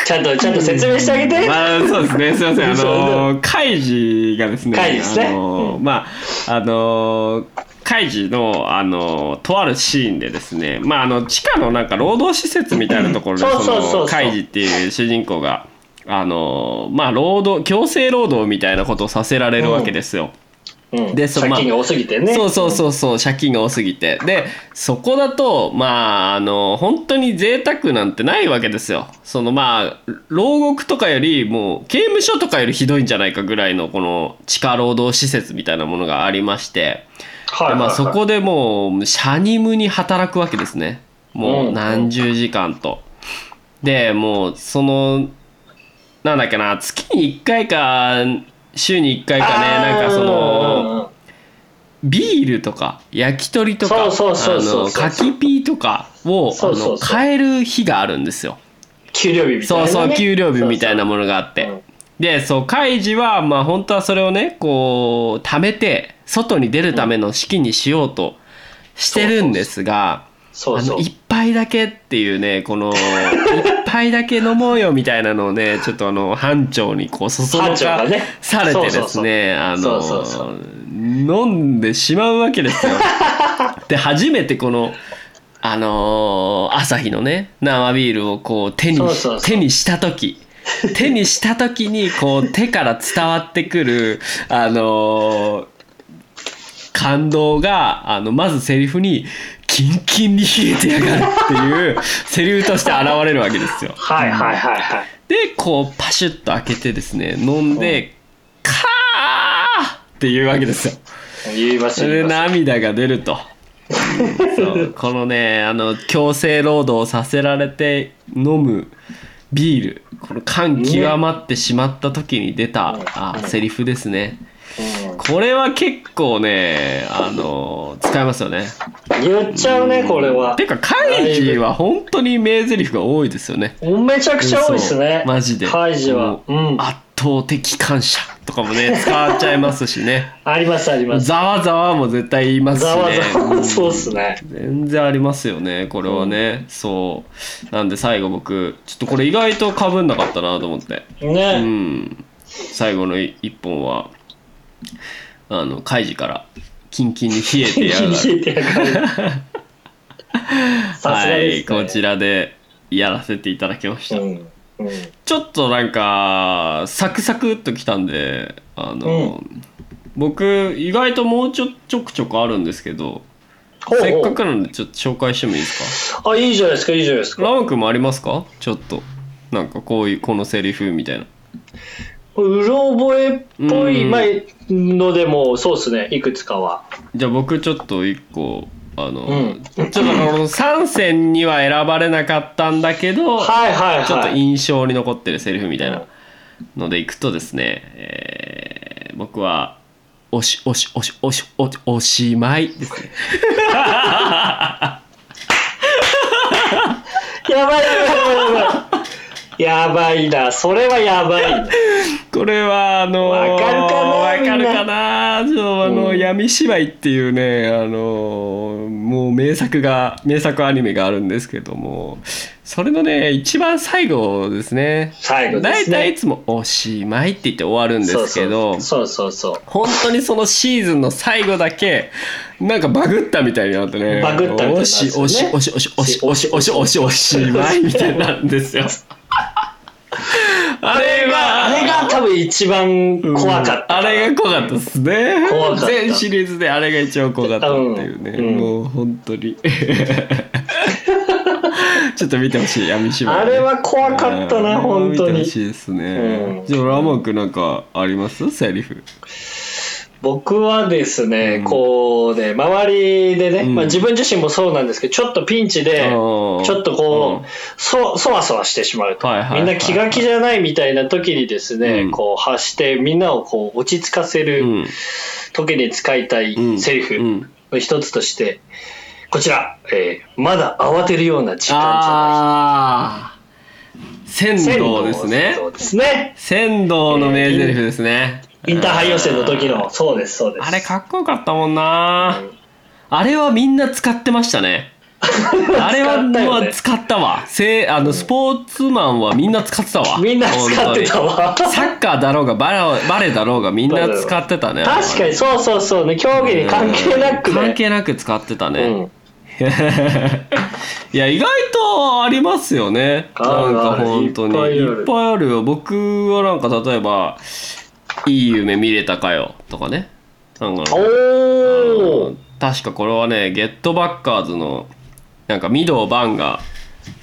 Speaker 2: ちゃんとちゃんと説明してあげ て、
Speaker 1: まあそうですねすいませんあのカイジがですね
Speaker 2: カイジですね
Speaker 1: あの、まああのカイジのあのとあるシーンでですね、まあ、あの地下のなんか労働施設みたいなところで
Speaker 2: うんそうそうそうそう
Speaker 1: のカイジっていう主人公があの、まあ、労働強制労働みたいなことをさせられるわけですよ。
Speaker 2: うん、
Speaker 1: でそう
Speaker 2: 借
Speaker 1: まあ
Speaker 2: 金が多すぎてね
Speaker 1: そうそうそうそう借金が多すぎてでそこだとまああの本当に贅沢なんてないわけですよそのまあ牢獄とかよりもう刑務所とかよりひどいんじゃないかぐらいのこの地下労働施設みたいなものがありまして
Speaker 2: はい
Speaker 1: で
Speaker 2: はい
Speaker 1: ま
Speaker 2: は
Speaker 1: あ
Speaker 2: い
Speaker 1: そこでもうシャニムに働くわけですねもう
Speaker 2: うん
Speaker 1: 何十時間と。でもうそのなんだっけな月に1回か週に1回かね
Speaker 2: あー
Speaker 1: なんかその
Speaker 2: うんうんうん
Speaker 1: ビールとか焼き鳥とかあ
Speaker 2: そうそうそうそう
Speaker 1: のカキピーとかをあ
Speaker 2: そうそう
Speaker 1: の
Speaker 2: そう
Speaker 1: 買える日があるんですよ。
Speaker 2: 給料日みたい
Speaker 1: そ
Speaker 2: な、
Speaker 1: う
Speaker 2: ね、
Speaker 1: そう給料日みたいな
Speaker 2: も
Speaker 1: ものがあって
Speaker 2: うん
Speaker 1: でそうカイジはまあ本当はそれをねこう貯めて外に出るための資金にしようとしてるんですが。
Speaker 2: そう
Speaker 1: あ
Speaker 2: そ
Speaker 1: の
Speaker 2: う
Speaker 1: 一杯だけっていうねこの一杯だけ飲もうよみたいなのを ねちょっとあの班長にこうそその
Speaker 2: 班長
Speaker 1: か
Speaker 2: がね
Speaker 1: されてですねあ
Speaker 2: そ
Speaker 1: の
Speaker 2: うそうそう
Speaker 1: 飲んでしまうわけ ですよ。で初めてこのあのー朝日のね生ビールをこう手に
Speaker 2: そうそうそう
Speaker 1: 手にした時手にした時にこう手から伝わってくるあのー感動があのまずセリフに「キンキンに冷えてやがる」っていうセリフとして現れるわけです よ。
Speaker 2: はいはいはいはい
Speaker 1: でこうパシュッと開けてですね飲んで「カー!」っていうわけですよ。
Speaker 2: 言いま
Speaker 1: そ
Speaker 2: す
Speaker 1: れ
Speaker 2: 言い
Speaker 1: で
Speaker 2: ます
Speaker 1: 涙が出ると。そうこのねあの強制労働させられて飲むビールこの感極まってしまった時に出た、
Speaker 2: ね
Speaker 1: あ
Speaker 2: うん
Speaker 1: セリフですね
Speaker 2: うん
Speaker 1: これは結構ねあの使えますよね
Speaker 2: 言っちゃうねこれは
Speaker 1: てかカイジは本当に名台詞が多いですよね
Speaker 2: めちゃくちゃ多いです
Speaker 1: そ
Speaker 2: ね
Speaker 1: うマジで
Speaker 2: カイジは
Speaker 1: も
Speaker 2: う
Speaker 1: うん圧倒的感謝とかも ね、使っちゃいますしね。
Speaker 2: ありますあります。
Speaker 1: ざわざわも絶対言いますしね。
Speaker 2: ざわざ
Speaker 1: う
Speaker 2: わ、
Speaker 1: ん
Speaker 2: そうっすね。
Speaker 1: 全然ありますよねこれはね、そうなんで最後僕ちょっとこれ意外とかぶんなかったなと思ってう
Speaker 2: ね。
Speaker 1: ん最後の一本はあのカイジから「キンキンに冷えてやがる」
Speaker 2: 聞いてやがる。さす
Speaker 1: は
Speaker 2: が
Speaker 1: い
Speaker 2: ですね。
Speaker 1: こちらでやらせていただきました、
Speaker 2: うん。うん。
Speaker 1: ちょっとなんかサクサクっときたんであの、僕意外ともうちょちょくちょくあるんですけど
Speaker 2: ほ
Speaker 1: せっ
Speaker 2: う
Speaker 1: か
Speaker 2: ほ
Speaker 1: くなんでちょっと紹介してもいいですか
Speaker 2: う。あ、いいじゃないですか、いいじゃないですか。
Speaker 1: ラム君もありますかちょっとなんかこういうこのセリフみたいな
Speaker 2: うろ覚えっぽ
Speaker 1: う
Speaker 2: い
Speaker 1: ん
Speaker 2: まあのでも、そうっすね、いくつかは。
Speaker 1: じゃあ僕ちょっと一個あの、
Speaker 2: うん
Speaker 1: ちょっとこの3選には選ばれなかったんだけ ど、
Speaker 2: はいはいはい。
Speaker 1: ちょっと印象に残ってるセリフみたい
Speaker 2: うん
Speaker 1: なのでいくとですね、えー僕は「おしおしおしおしおしおしまい」ですね
Speaker 2: やばいやばいやばいやばい。やばいな、それはやばいな。
Speaker 1: これはあのー
Speaker 2: わかるかな
Speaker 1: わかる
Speaker 2: みんな
Speaker 1: かなちょっとあの、
Speaker 2: うん
Speaker 1: 闇芝居っていうねあのーもう名作が名作アニメがあるんですけどもそれのね一番最後ですね
Speaker 2: 最後で
Speaker 1: 大
Speaker 2: す
Speaker 1: 体、い
Speaker 2: ね。
Speaker 1: つも「おしまい」って言って終わるんですけど
Speaker 2: そうそうそうそうそう
Speaker 1: 本当にそのシーズンの最後だけなんかバグったみたいになってね
Speaker 2: バグったみたいになるん
Speaker 1: お
Speaker 2: で
Speaker 1: し
Speaker 2: すよね
Speaker 1: おしおしおしおしおしおしおしおしまいみたいになるんですよあれは
Speaker 2: あれが多分一番怖かった、
Speaker 1: うんあれが怖かったですね
Speaker 2: 怖かった
Speaker 1: 全シリーズであれが一番怖かったっていうね、
Speaker 2: うんうん
Speaker 1: もう本当にちょっと見てほしい闇芝居ね、
Speaker 2: あれは怖かったな
Speaker 1: うん
Speaker 2: 本当
Speaker 1: 見
Speaker 2: に
Speaker 1: てほしいですね、
Speaker 2: うん
Speaker 1: じゃあラモ君なんかありますセリフ
Speaker 2: 僕はですね、
Speaker 1: うん
Speaker 2: こうね周りでね、
Speaker 1: うん
Speaker 2: まあ、自分自身もそうなんですけどちょっとピンチで
Speaker 1: あ
Speaker 2: ち
Speaker 1: ー
Speaker 2: ょっと
Speaker 1: う
Speaker 2: こ
Speaker 1: ん
Speaker 2: うそそわそわしてしまうと、
Speaker 1: はいはいはい
Speaker 2: みんな気が気じゃないみたいな時にですね、
Speaker 1: うん
Speaker 2: こう発してみんなをこう落ち着かせ
Speaker 1: う
Speaker 2: る
Speaker 1: ん
Speaker 2: 時に使いたい
Speaker 1: うん
Speaker 2: セリフ、
Speaker 1: うん
Speaker 2: 一つとして、こちら、えーまだ慌てるような時間じゃ
Speaker 1: ああ仙
Speaker 2: ない。
Speaker 1: 道ですね
Speaker 2: そうですね。
Speaker 1: 仙道の名セリフですね、
Speaker 2: インターハイ予選の時の、そうです、そうです。
Speaker 1: あれかっこよかったもんな、
Speaker 2: うん
Speaker 1: あれはみんな使ってましたねあれはもう使ったわせあのスポーツマンはみんな使ってたわ
Speaker 2: みんな使ってたわ。
Speaker 1: 本当にサッカーだろうがバラバレーだろうがみんな使ってたね
Speaker 2: 確かに、そうそうそうね。競技に関係なくね。
Speaker 1: 関係なく使ってたね、
Speaker 2: うん。
Speaker 1: いや意外とありますよね
Speaker 2: あ
Speaker 1: な
Speaker 2: る
Speaker 1: んか本当に
Speaker 2: ある
Speaker 1: い
Speaker 2: いっぱいある
Speaker 1: っぱいあるよ僕はなんか例えば「いい夢見れたかよ」とかねなんか
Speaker 2: お
Speaker 1: う
Speaker 2: ー
Speaker 1: ん確かこれはねゲットバッカーズのなんか御堂バンが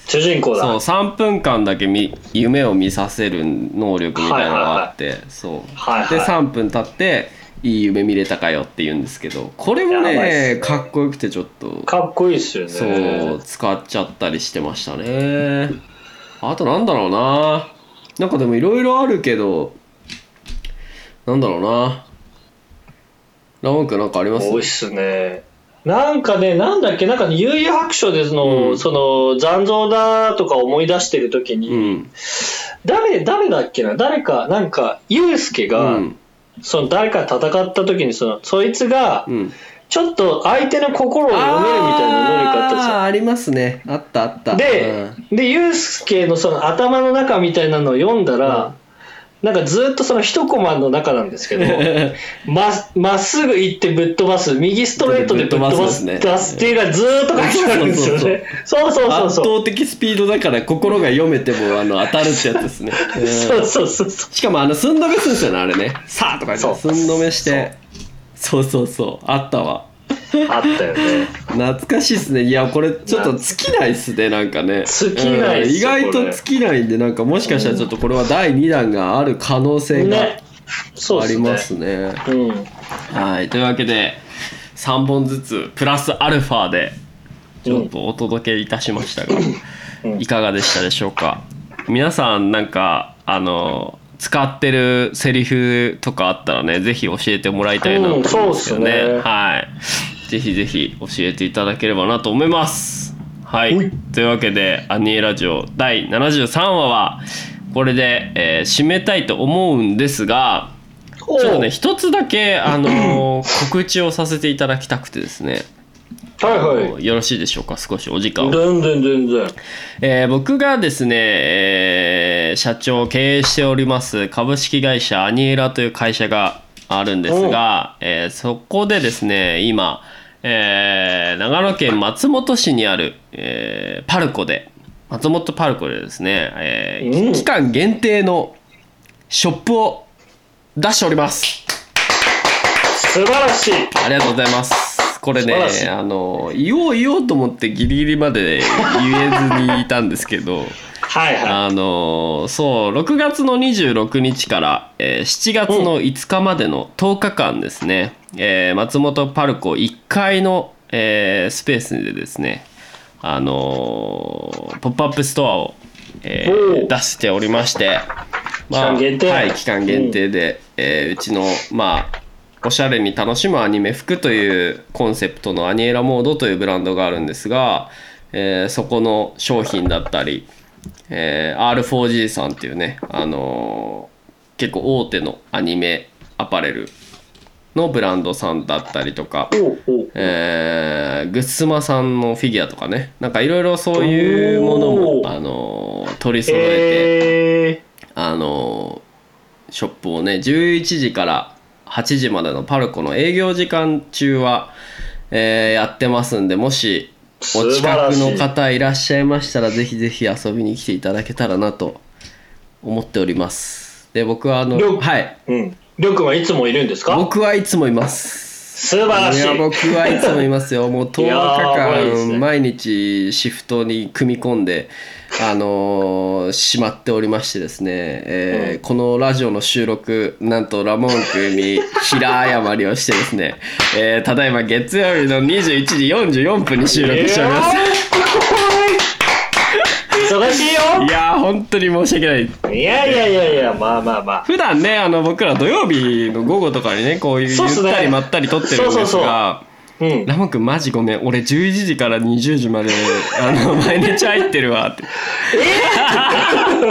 Speaker 2: 主人公
Speaker 1: そう
Speaker 2: だ。
Speaker 1: 3分間だけみ夢を見させる能力みたいなのがあって、そう、
Speaker 2: はいはい
Speaker 1: で3分経って「いい夢見れたかよ」って言うんですけどこれも
Speaker 2: やばいっ
Speaker 1: ね
Speaker 2: すね
Speaker 1: かっこよくてちょっと
Speaker 2: かっこいいっすよね。
Speaker 1: そう使っちゃったりしてましたねあとなんだろうななんかでもいろいろあるけどなんだろうなラモン君なんかあります
Speaker 2: 多いっすね。なんかね、なんだっけ、なんかね幽遊白書でその、
Speaker 1: うん
Speaker 2: その残像だとか思い出してる時に、
Speaker 1: うん
Speaker 2: 誰、誰だっけな、誰か、なんか、ゆうすけ
Speaker 1: う
Speaker 2: が、
Speaker 1: ん
Speaker 2: その誰かと戦った時にその、そいつが
Speaker 1: う、ん
Speaker 2: ちょっと相手の心を読めるみたいな能力あったじ
Speaker 1: あー
Speaker 2: ゃ
Speaker 1: ありますねあったあった
Speaker 2: ん。で、で、ゆうすけのその頭の中みたいなのを読んだら、なんかずっとその一コマの中なんです けど、ままっすぐ行ってぶっ飛ばす、右ストレートでぶっ飛ばす、
Speaker 1: ぶっ飛
Speaker 2: 出
Speaker 1: ば
Speaker 2: す
Speaker 1: す
Speaker 2: っていうのがずーっと書いてあるんですよね。そうそうそう
Speaker 1: 圧
Speaker 2: そう。
Speaker 1: 倒的スピードだから心が読めてもあの当たるってやつですね、うん
Speaker 2: そうそうそうそう。
Speaker 1: しかもあの寸止めするんですよねあれねさあとか言って
Speaker 2: そう
Speaker 1: 寸止めしてそうそうそうあったわ
Speaker 2: あったよね。
Speaker 1: 懐かしいっすねいやこれちょっと尽きないっすねなんかね
Speaker 2: 尽きないっ
Speaker 1: うん
Speaker 2: す
Speaker 1: 意
Speaker 2: よ
Speaker 1: 外
Speaker 2: ことれ
Speaker 1: 尽きないんでなんかもしかしたらちょっとこれは第2弾がある可能性が
Speaker 2: ね。そう
Speaker 1: あ
Speaker 2: っ
Speaker 1: り
Speaker 2: すね。
Speaker 1: ますね
Speaker 2: うん。
Speaker 1: はいというわけで3本ずつプラスアルファでちょっとお届けいたしましたが、
Speaker 2: うん
Speaker 1: いかがでしたでしょうか皆さんなんかあの使ってるセリフとかあったらねぜひ教えてもらいたいなと思うんですよね,、
Speaker 2: うんそうっすね
Speaker 1: はいぜひぜひ教えていただければなと思いますは
Speaker 2: う
Speaker 1: い
Speaker 2: い
Speaker 1: というわけで「アニエラジオ第73話」はこれで、えー締めたいと思うんですが
Speaker 2: お
Speaker 1: ちょっとね、一つだけ、あの ー告知をさせていただきたくてですね、
Speaker 2: はいはい
Speaker 1: よろしいでしょうか、少しお時間を。
Speaker 2: 全然全然
Speaker 1: えー僕がですね、えー社長を経営しております株式会社アニエラという会社があるんですが、えーそこでですね今、えー長野県松本市にある、えーパルコで松本パルコでですね、えー
Speaker 2: うん
Speaker 1: 期間限定のショップを出しております
Speaker 2: 素晴らしい
Speaker 1: ありがとうございますこれね
Speaker 2: 素晴らしい
Speaker 1: あの言おう言おうと思ってギリギリまで言えずにいたんですけど
Speaker 2: はい は
Speaker 1: あのーそう6月の26日から、えー7月の5日までの10日間ですね、えー松本パルコ1階の、えースペースでですね、あのーポップアップストアを、えー
Speaker 2: おう
Speaker 1: 出しておりまして、
Speaker 2: 期間限定
Speaker 1: はい、期間限定で、うえーうちの、まあ、おしゃれに楽しむアニメ服というコンセプトのアニエラモードというブランドがあるんですが、えーそこの商品だったり、えー R4G さんっていうね、あのー結構大手のアニメアパレルのブランドさんだったりとか、
Speaker 2: いおうおう
Speaker 1: えーグッスマさんのフィギュアとかねなんかいろいろそういうもの
Speaker 2: お
Speaker 1: も、
Speaker 2: ー
Speaker 1: あのー取り揃えて、
Speaker 2: え
Speaker 1: あのーショップをね11時から8時までのパルコの営業時間中は、えーやってますんでもし
Speaker 2: ー、
Speaker 1: お
Speaker 2: 素晴
Speaker 1: 近
Speaker 2: ら
Speaker 1: く
Speaker 2: し
Speaker 1: の
Speaker 2: い
Speaker 1: 方いらっしゃいましたらぜひぜひ遊びに来ていただけたらなと思っておりますで僕はあの
Speaker 2: 了
Speaker 1: はい
Speaker 2: うんりょうくんはいつもいるんですか
Speaker 1: 僕はいつもいます
Speaker 2: 素晴ら
Speaker 1: い
Speaker 2: しい
Speaker 1: や僕はいつもいますよもう10
Speaker 2: い
Speaker 1: 日
Speaker 2: やー怖いですね
Speaker 1: 間毎日シフトに組み込んであのーしまっておりましてですね、えー
Speaker 2: うん
Speaker 1: このラジオの収録なんとラモン君に平謝りをしてですね、えーただいま月曜日の21時44分に収録 しております
Speaker 2: いやー怖い忙しいよ
Speaker 1: いやー本当に申し訳ない
Speaker 2: いやいやいやいや、まあまあまあ。
Speaker 1: 普段ねあの僕ら土曜日の午後とかにねこういうゆ
Speaker 2: そうっすね
Speaker 1: ったりまったり撮ってるんですが
Speaker 2: そうそうそうう ん。
Speaker 1: ラモン君マジごめん俺11時から20時まであ の毎日入ってるわって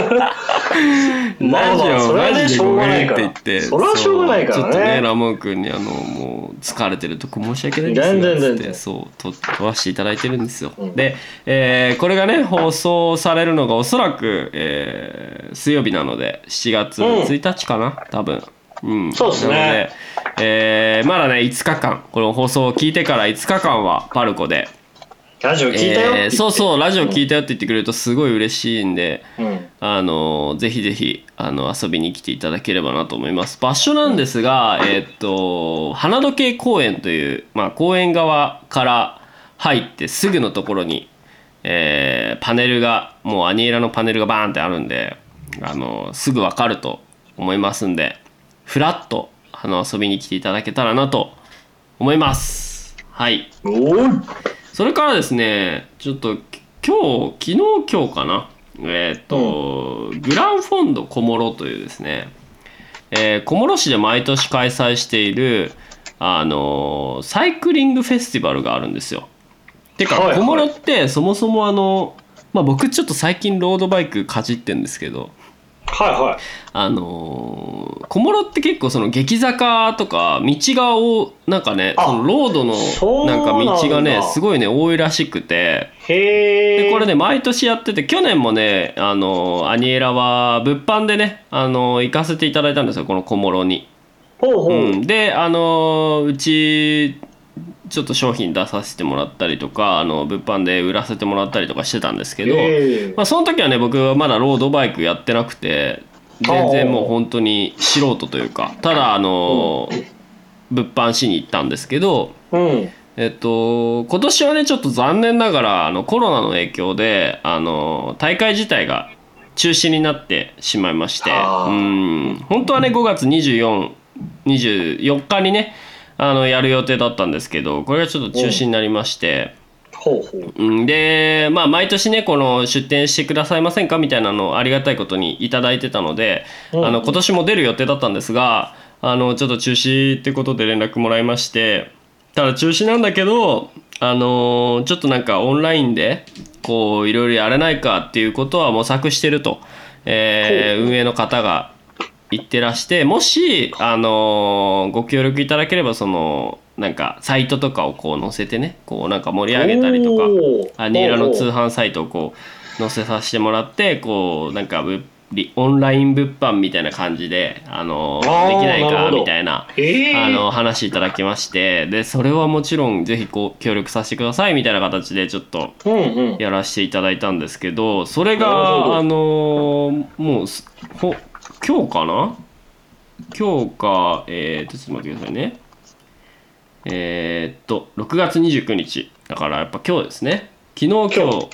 Speaker 2: まあまあそれはね
Speaker 1: マジで
Speaker 2: しょうがない
Speaker 1: ご
Speaker 2: から
Speaker 1: めんって言って
Speaker 2: それはしょうがないから
Speaker 1: そ
Speaker 2: ね
Speaker 1: うちょっとねラモン君にあのもう疲れてるとこ申し訳ないです
Speaker 2: 全然
Speaker 1: よっ
Speaker 2: 全
Speaker 1: つって
Speaker 2: 然
Speaker 1: そうと撮らせていただいてるんですよ、
Speaker 2: うん
Speaker 1: で、えーこれがね放送されるのがおそらく、えー水曜日なので7月
Speaker 2: うん
Speaker 1: 1日かな、多分うん
Speaker 2: そうっすね
Speaker 1: なのでえーまだね5日間この放送を聞いてから5日間はパルコで
Speaker 2: ラジオ聞いたよ。
Speaker 1: えーそうそうラジオ聞
Speaker 2: い
Speaker 1: いたよって言ってくれるとすごい嬉しいんで、
Speaker 2: た。うん。
Speaker 1: あのーぜひぜひあの遊びに来ていただければなと思います場所なんですが、えーっと花時計公園という、まあ、公園側から入ってすぐのところに、えーパネルがもうアニエラのパネルがバーンってあるんで、あのーすぐわかると思いますんでふらっとあの遊びに来ていただけたらなと思いますはい
Speaker 2: おい
Speaker 1: それからですねちょっと今日昨日今日かなえっ、と、グランフォンド小諸というですね、えー小諸市で毎年開催しているあのーサイクリングフェスティバルがあるんですよ。てか、
Speaker 2: はいはい
Speaker 1: 小諸ってそもそもあの、まあ、僕ちょっと最近ロードバイクかじってんですけど、
Speaker 2: はいはい。
Speaker 1: あのー小諸って結構その激坂とか道がおなんかね
Speaker 2: あ
Speaker 1: そのロードの
Speaker 2: そう
Speaker 1: なんか道が
Speaker 2: な
Speaker 1: ね
Speaker 2: んだ
Speaker 1: すごいね多いらしくて
Speaker 2: へえ。
Speaker 1: でこれね毎年やってて去年もね、あのーアニエラは物販でね、あのー行かせていただいたんですよこの小諸に。
Speaker 2: ほうほう。
Speaker 1: うん、で、あのーうちちょっと商品出させてもらったりとかあの物販で売らせてもらったりとかしてたんですけど。
Speaker 2: へえ
Speaker 1: まあ、その時はね僕はまだロードバイクやってなくて全然もう本当に素人というかただあのー物販しに行ったんですけど
Speaker 2: うん。
Speaker 1: えっと今年はねちょっと残念ながらあのコロナの影響であのー大会自体が中止になってしまいましてう
Speaker 2: あー
Speaker 1: ん本当はね5月2424日にねあのやる予定だったんですけどこれがちょっと中止になりまして。
Speaker 2: ほうほう。
Speaker 1: うんで、まあ、毎年ねこの出店してくださいませんかみたいなのをありがたいことにいただいてたので、
Speaker 2: うん
Speaker 1: あの今年も出る予定だったんですがあのちょっと中止ってことで連絡もらいましてただ中止なんだけど、あのちょっとなんかオンラインでこういろいろやれないかっていうことは模索してると、えー運営の方が行ってらしてもし、あのーご協力いただければそのなんかサイトとかをこう載せてねこうなんか盛り上げたりとか
Speaker 2: か
Speaker 1: アニエラの通販サイトをこう載せさせてもらってこうなんかぶりオンライン物販みたいな感じで、あのー
Speaker 2: あー
Speaker 1: できない
Speaker 2: なる
Speaker 1: か
Speaker 2: ほど
Speaker 1: みたいな
Speaker 2: ええ
Speaker 1: あの話いただきましてでそれはもちろんぜひこう協力させてくださいみたいな形でちょっと
Speaker 2: うんうん
Speaker 1: やらせていただいたんですけどそれ
Speaker 2: なるほ
Speaker 1: が
Speaker 2: ど
Speaker 1: あのーもうすほ今日かな今日かえー、とちょっと待ってくださいねえー、っと6月29日だからやっぱ今日ですね昨日今日
Speaker 2: 今
Speaker 1: と、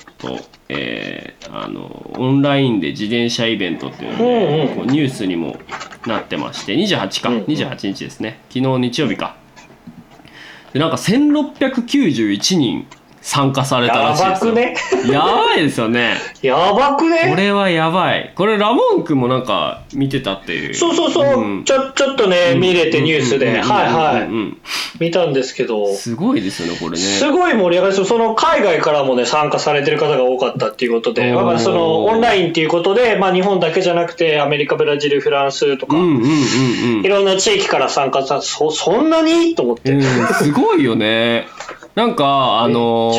Speaker 1: えーあのオンラインで自転車イベントっていうので、
Speaker 2: うんうん
Speaker 1: こうニュースにもなってまして28か、
Speaker 2: うんうん
Speaker 1: 28日ですね昨日日曜日かでなんか1691人参加された
Speaker 2: や
Speaker 1: らしいで
Speaker 2: ば
Speaker 1: すよ
Speaker 2: くね
Speaker 1: やばいですよね。
Speaker 2: やばく
Speaker 1: こ
Speaker 2: ね
Speaker 1: れはやばい。これラモン君もなんか見てたっていう。
Speaker 2: そうそうそう、
Speaker 1: うん
Speaker 2: ちょちょっとね、見れてニュースで、
Speaker 1: うんうんうん
Speaker 2: はいはい、
Speaker 1: うんうん
Speaker 2: 見たんですけど
Speaker 1: すごいですよねこれね。
Speaker 2: すごい盛り上がりそう、その海外からもね、参加されてる方が多かったっていうことで、
Speaker 1: おー
Speaker 2: まあ、そのオンラインっていうことで、まあ、日本だけじゃなくて、アメリカ、ブラジル、フランスとか、
Speaker 1: うんうんうん
Speaker 2: いろんな地域から参加さ、そそんなにと思って、
Speaker 1: うん。う
Speaker 2: め
Speaker 1: んすごいよね。なんかあ
Speaker 2: ちゃ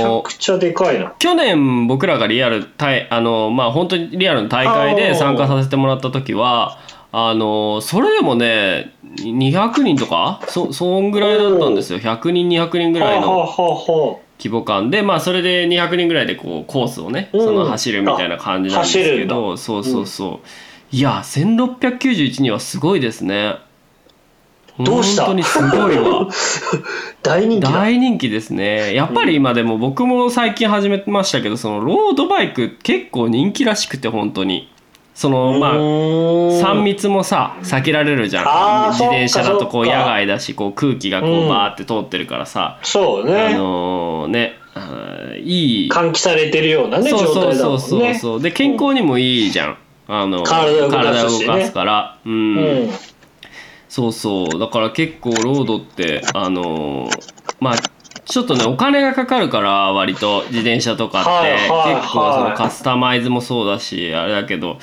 Speaker 1: の
Speaker 2: くちゃでかいな。
Speaker 1: 去年僕らがリアル大あのまあ本当にリアルの大会で参加させてもらった時はあのそれでもね200人とかそそんぐらいだったんですよ100人200人ぐ
Speaker 2: は
Speaker 1: らい
Speaker 2: あ、は
Speaker 1: の
Speaker 2: あは
Speaker 1: 規模感でまあそれで200人ぐらいでこうコースをね
Speaker 2: うん
Speaker 1: その走るみたいな感じなんですけ
Speaker 2: あ走
Speaker 1: ど、そうそうそう、いや1691人はすごいですね
Speaker 2: どうした
Speaker 1: 本当にすごい わ
Speaker 2: あ、大人気だ。
Speaker 1: 大人気ですねやっぱり今でも僕も最近始めましたけどそのロードバイク結構人気らしくて本当にそのまあ3
Speaker 2: 三
Speaker 1: 密もさ避けられるじゃん
Speaker 2: あー
Speaker 1: 自転車だとこう
Speaker 2: そっかそっ
Speaker 1: 野
Speaker 2: か
Speaker 1: 外だしこう空気がこ
Speaker 2: う
Speaker 1: うんバーって通ってるからさ、
Speaker 2: そう
Speaker 1: あ
Speaker 2: ね、
Speaker 1: のーねあーいい
Speaker 2: 換気されてるようなね、
Speaker 1: そう
Speaker 2: 状
Speaker 1: そう
Speaker 2: 態だ
Speaker 1: そ
Speaker 2: もん
Speaker 1: う
Speaker 2: ね。
Speaker 1: そうそうで健康にもいいじゃん、あの
Speaker 2: 体を動かすし
Speaker 1: 体を動
Speaker 2: ね
Speaker 1: かすからうん、
Speaker 2: うん
Speaker 1: そうそうだから結構ロードってあのーまあちょっとねお金がかかるから割と自転車とかって、
Speaker 2: はいはいはい
Speaker 1: 結構そのカスタマイズもそうだしあれだけど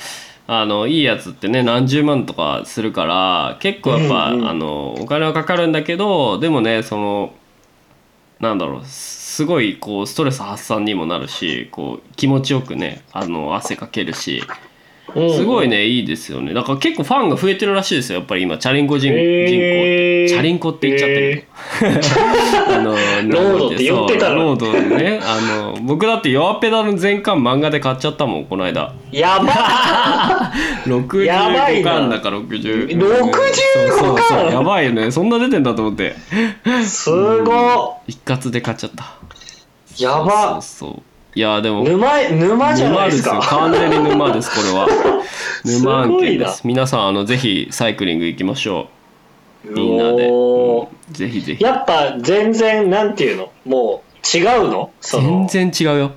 Speaker 1: あのいいやつってね何十万とかするから結構やっぱ、
Speaker 2: うんうん
Speaker 1: あのお金はかかるんだけどでもねそのなんだろうすごいこうストレス発散にもなるしこう気持ちよくねあの汗かけるし
Speaker 2: うん
Speaker 1: すごいねいいですよねだから結構ファンが増えてるらしいですよやっぱり今チャリンコ人,、人口って
Speaker 2: えー
Speaker 1: チャリンコって言っちゃってる、あの
Speaker 2: ロードって言ってた
Speaker 1: ロ
Speaker 2: の
Speaker 1: ードでねあの僕だって「弱ペダ」の全巻漫画で買っちゃったもんこの間
Speaker 2: えーやばやば
Speaker 1: 65
Speaker 2: いな
Speaker 1: 巻だから60
Speaker 2: 65
Speaker 1: そうそうそう
Speaker 2: 巻
Speaker 1: やばいよねそんな出てんだと思って
Speaker 2: っすご
Speaker 1: 一括で買っちゃった
Speaker 2: っやば
Speaker 1: そ
Speaker 2: っ
Speaker 1: うそういやでも
Speaker 2: 沼へ沼じゃな
Speaker 1: 沼
Speaker 2: いで
Speaker 1: ですすよ
Speaker 2: か
Speaker 1: 完全に沼ですこれ は
Speaker 2: す
Speaker 1: 沼案
Speaker 2: ご
Speaker 1: 件
Speaker 2: い
Speaker 1: で
Speaker 2: な
Speaker 1: す皆さんあのぜひサイクリング行きましょうみんなで、
Speaker 2: おー
Speaker 1: うんぜひぜひ
Speaker 2: やっぱ全然なんていうのもう違うのそ
Speaker 1: 全
Speaker 2: の
Speaker 1: 然違うよ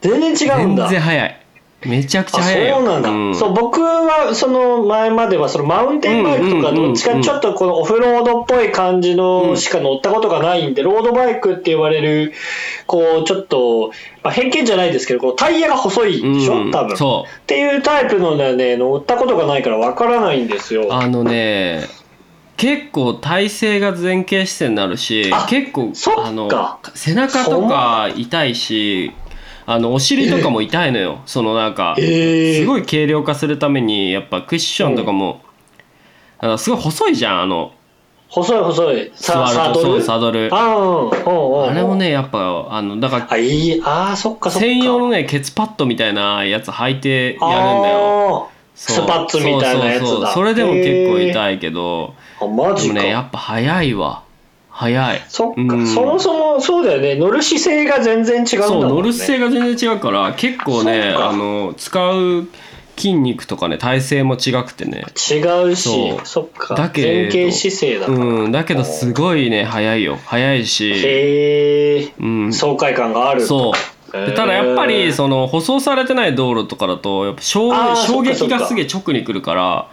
Speaker 2: 全然違うん
Speaker 1: 全
Speaker 2: だ
Speaker 1: 然早いめちゃくちゃ
Speaker 2: あ
Speaker 1: 早いよ
Speaker 2: そうなんだ、そう僕はその前まではそのマウンテンバイクとかどっち
Speaker 1: うんうんうんう
Speaker 2: か
Speaker 1: ん
Speaker 2: ちょっとこのオフロードっぽい感じ
Speaker 1: う
Speaker 2: の
Speaker 1: ん
Speaker 2: しか乗ったことがないんで、ロードバイクって言われるこうちょっと、まあ、偏見じゃないですけどこうタイヤが細いでしょ、
Speaker 1: うん
Speaker 2: 多分
Speaker 1: そ
Speaker 2: っていうタイプのね乗ったことがないからわからないんですよ
Speaker 1: うあのね結構体勢が前傾姿勢になるし
Speaker 2: あ
Speaker 1: 結構
Speaker 2: そっか
Speaker 1: あの背中とか痛いしあのお尻とかも痛いのよそのなんか
Speaker 2: え
Speaker 1: す
Speaker 2: い
Speaker 1: ごい軽量化するためにやっぱクッションとかも、あのすごい細いじゃんあの
Speaker 2: 細い細い
Speaker 1: 座
Speaker 2: さサ
Speaker 1: ると
Speaker 2: ド
Speaker 1: そう
Speaker 2: ル
Speaker 1: サドルあ
Speaker 2: あうんうんうん
Speaker 1: れもねやっぱあのだから
Speaker 2: あいいあーそっかそっか
Speaker 1: 専用のねケツパッドみたいなやつ履いてやるんだよ
Speaker 2: あ
Speaker 1: そう
Speaker 2: スパッツみたいなやつ
Speaker 1: そ
Speaker 2: だ
Speaker 1: うそうそうそれでも結構痛いけど
Speaker 2: ーあマ
Speaker 1: で
Speaker 2: ジ
Speaker 1: も
Speaker 2: か、
Speaker 1: ねやっぱ早いわ早い
Speaker 2: そっか、
Speaker 1: うん
Speaker 2: そもそもそうだよね乗る姿勢が全然違うん
Speaker 1: そう
Speaker 2: だもんね
Speaker 1: 乗る姿勢が全然違うから結構ね
Speaker 2: そっか
Speaker 1: あの使う筋肉とかね体勢も違くてね
Speaker 2: 違うし
Speaker 1: そう
Speaker 2: そっか
Speaker 1: だけれ
Speaker 2: 前
Speaker 1: ど
Speaker 2: 傾姿勢だから、
Speaker 1: うんだけどすごいね早いよ早いし
Speaker 2: へえ
Speaker 1: うん
Speaker 2: 爽快感がある
Speaker 1: そう
Speaker 2: へ
Speaker 1: で
Speaker 2: ー
Speaker 1: ただやっぱりその舗装されてない道路とかだとやっぱ衝
Speaker 2: あー
Speaker 1: 衝
Speaker 2: そ
Speaker 1: 撃
Speaker 2: っかそっ
Speaker 1: が
Speaker 2: か
Speaker 1: すげえ直に来るから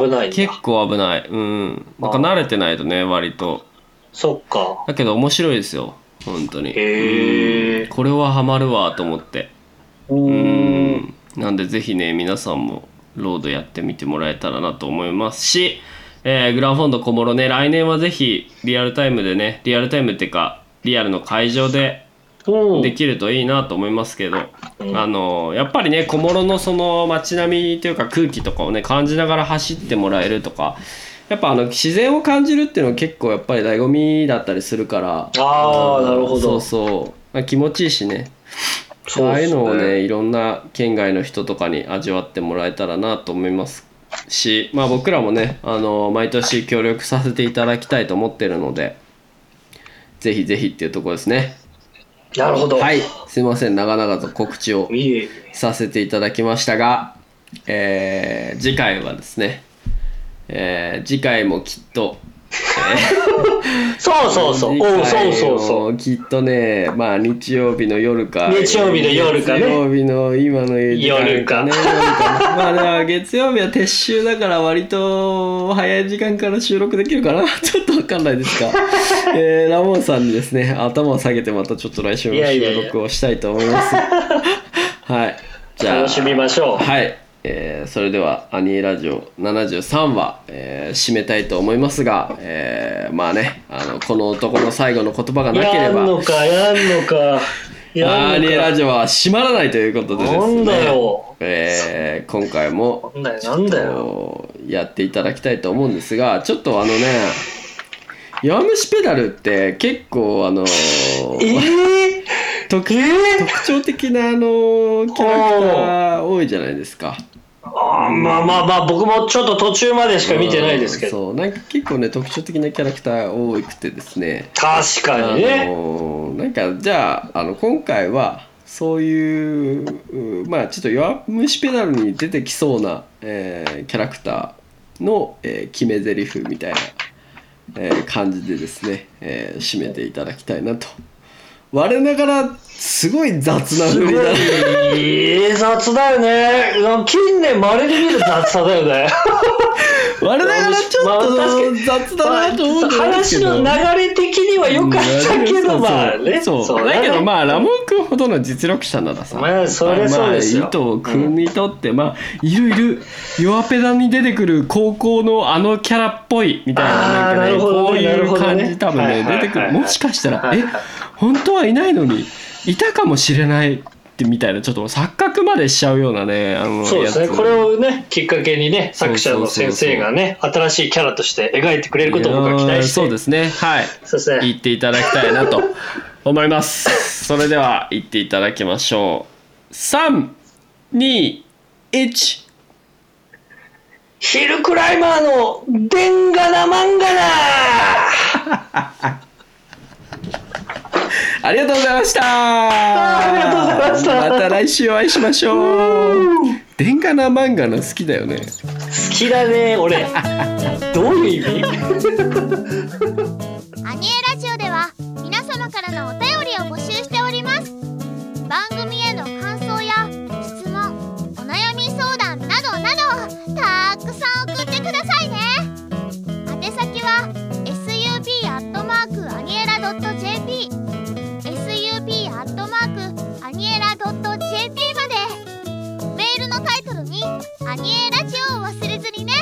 Speaker 2: 危ないんだ
Speaker 1: 結構危ないうんなんか慣れてないとね割と
Speaker 2: そっか
Speaker 1: だけど面白いですよ本当に
Speaker 2: へー
Speaker 1: うんこれはハマるわと思って
Speaker 2: うー
Speaker 1: うんんなんでぜひね皆さんもロードやってみてもらえたらなと思いますし、えーグランフォンド小諸ね来年はぜひリアルタイムでねリアルタイムっていうかリアルの会場で
Speaker 2: うん
Speaker 1: できるといいなと思いますけど、
Speaker 2: うん
Speaker 1: あのやっぱりね小諸のその街並みというか空気とかをね感じながら走ってもらえるとかやっぱあの自然を感じるっていうのは結構やっぱり醍醐味だったりするから
Speaker 2: あーなるほ
Speaker 1: そ
Speaker 2: ど
Speaker 1: うそう気持ちいいしね
Speaker 2: そう
Speaker 1: ああ
Speaker 2: っすね
Speaker 1: いうのをねいろんな県外の人とかに味わってもらえたらなと思いますし、まあ、僕らもねあの毎年協力させていただきたいと思ってるのでぜひぜひっていうところですね
Speaker 2: なるほど
Speaker 1: はいすいません長々と告知を
Speaker 2: いいえ
Speaker 1: させていただきましたが、えー次回はですね、えー次回もきっと
Speaker 2: そうそうそう
Speaker 1: 次
Speaker 2: おう
Speaker 1: 回
Speaker 2: そう
Speaker 1: も
Speaker 2: そうそう
Speaker 1: きっとねまあ日曜日の夜か
Speaker 2: 日曜日の夜かね
Speaker 1: 月曜日の今の時間
Speaker 2: 夜か
Speaker 1: ね夜かまあでも月曜日は撤収だから割と早い時間から収録できるかな ちょっとわかんないですが、えーラモンさんにですね頭を下げてまたちょっと来週も
Speaker 2: いやいやい
Speaker 1: 収
Speaker 2: や
Speaker 1: 録をしたいと思いますはいじゃあ
Speaker 2: 楽しみましょう
Speaker 1: はい、えーそれでは「アニーラジオ73話」えー締めたいと思いますが、えーまあねあのこの男の最後の言葉がなけれ
Speaker 2: やん
Speaker 1: ば
Speaker 2: のかやんのか
Speaker 1: ア
Speaker 2: やん
Speaker 1: ニーラ
Speaker 2: の
Speaker 1: ジオは閉まらないということで
Speaker 2: か
Speaker 1: ですね
Speaker 2: なんだよ
Speaker 1: えー今回も
Speaker 2: なんだよなんだよ
Speaker 1: こうやっていただきたいと思うんですがちょっとあのね弱虫ペダルって結構あの
Speaker 2: えー、
Speaker 1: 特
Speaker 2: えー、
Speaker 1: 特徴的なあのキャラクター多いじゃないですか。
Speaker 2: あーまあまあまあ僕もちょっと途中までしか見てないですけど
Speaker 1: うんそうなんか結構ね特徴的なキャラクター多くてですね
Speaker 2: 確かに
Speaker 1: あ
Speaker 2: ね
Speaker 1: のーなんかじゃああの今回はそういううまあちょっと弱虫ペダルに出てきそうな、えーキャラクターの、えー決め台詞みたいな、えー感じでですね、えー締めていただきたいなと我ながらすごい雑な
Speaker 2: す
Speaker 1: 振
Speaker 2: ご
Speaker 1: りだない
Speaker 2: 雑だよねなんか近年まれに見る雑さだよ ね
Speaker 1: 我ながらちょっと
Speaker 2: まあ確かに
Speaker 1: 雑だなと思
Speaker 2: ま
Speaker 1: っ
Speaker 2: あ
Speaker 1: てますけ
Speaker 2: 話
Speaker 1: ど
Speaker 2: の流れ的には良かったけどまあね
Speaker 1: そう
Speaker 2: そう
Speaker 1: だけど
Speaker 2: ね
Speaker 1: まあラモン君ほどの実力者ならさ
Speaker 2: まあそりゃそうですよ
Speaker 1: まあ糸を君にとって、まあいるいる弱ペダに出てくる高校のあのキャラっぽいみたいな
Speaker 2: あ
Speaker 1: なん
Speaker 2: ー
Speaker 1: か
Speaker 2: なるほど
Speaker 1: こう
Speaker 2: ねないる
Speaker 1: う
Speaker 2: ほどね
Speaker 1: 感じ多分
Speaker 2: はい
Speaker 1: ね
Speaker 2: はいはい
Speaker 1: 出てくるもしかしたら、
Speaker 2: はい
Speaker 1: え
Speaker 2: はい
Speaker 1: 本当はいないのにいたかもしれないってみたいなちょっと錯覚までしちゃうようなねあの
Speaker 2: そうですね
Speaker 1: やつ
Speaker 2: これをねきっかけにね
Speaker 1: そうそう
Speaker 2: 作
Speaker 1: そうそ
Speaker 2: 者
Speaker 1: う
Speaker 2: の先生がね新しいキャラとして描いてくれることを僕は期
Speaker 1: いやー
Speaker 2: 待して
Speaker 1: そうですねはい
Speaker 2: そうです
Speaker 1: 言
Speaker 2: ね
Speaker 1: っていただきたいな と思います。それでは言っていただきましょう。三、二、一。
Speaker 2: ヒルクライマーのデンガナマンガナ
Speaker 1: ありがとうございました。
Speaker 2: ありがとうございました
Speaker 1: また来週お会いしましょう。デンガナマンガナ好きだよね。
Speaker 2: 好きだね 俺どういう意味
Speaker 3: アニエラジオでは皆様からのお便りを募集しております番組への感想や質問お悩み相談などなどたくさん送ってくださいね宛先は sub アニエラ .jp sub アニエラ .jp までメールのタイトルに「アニエラジオ」を忘れずにね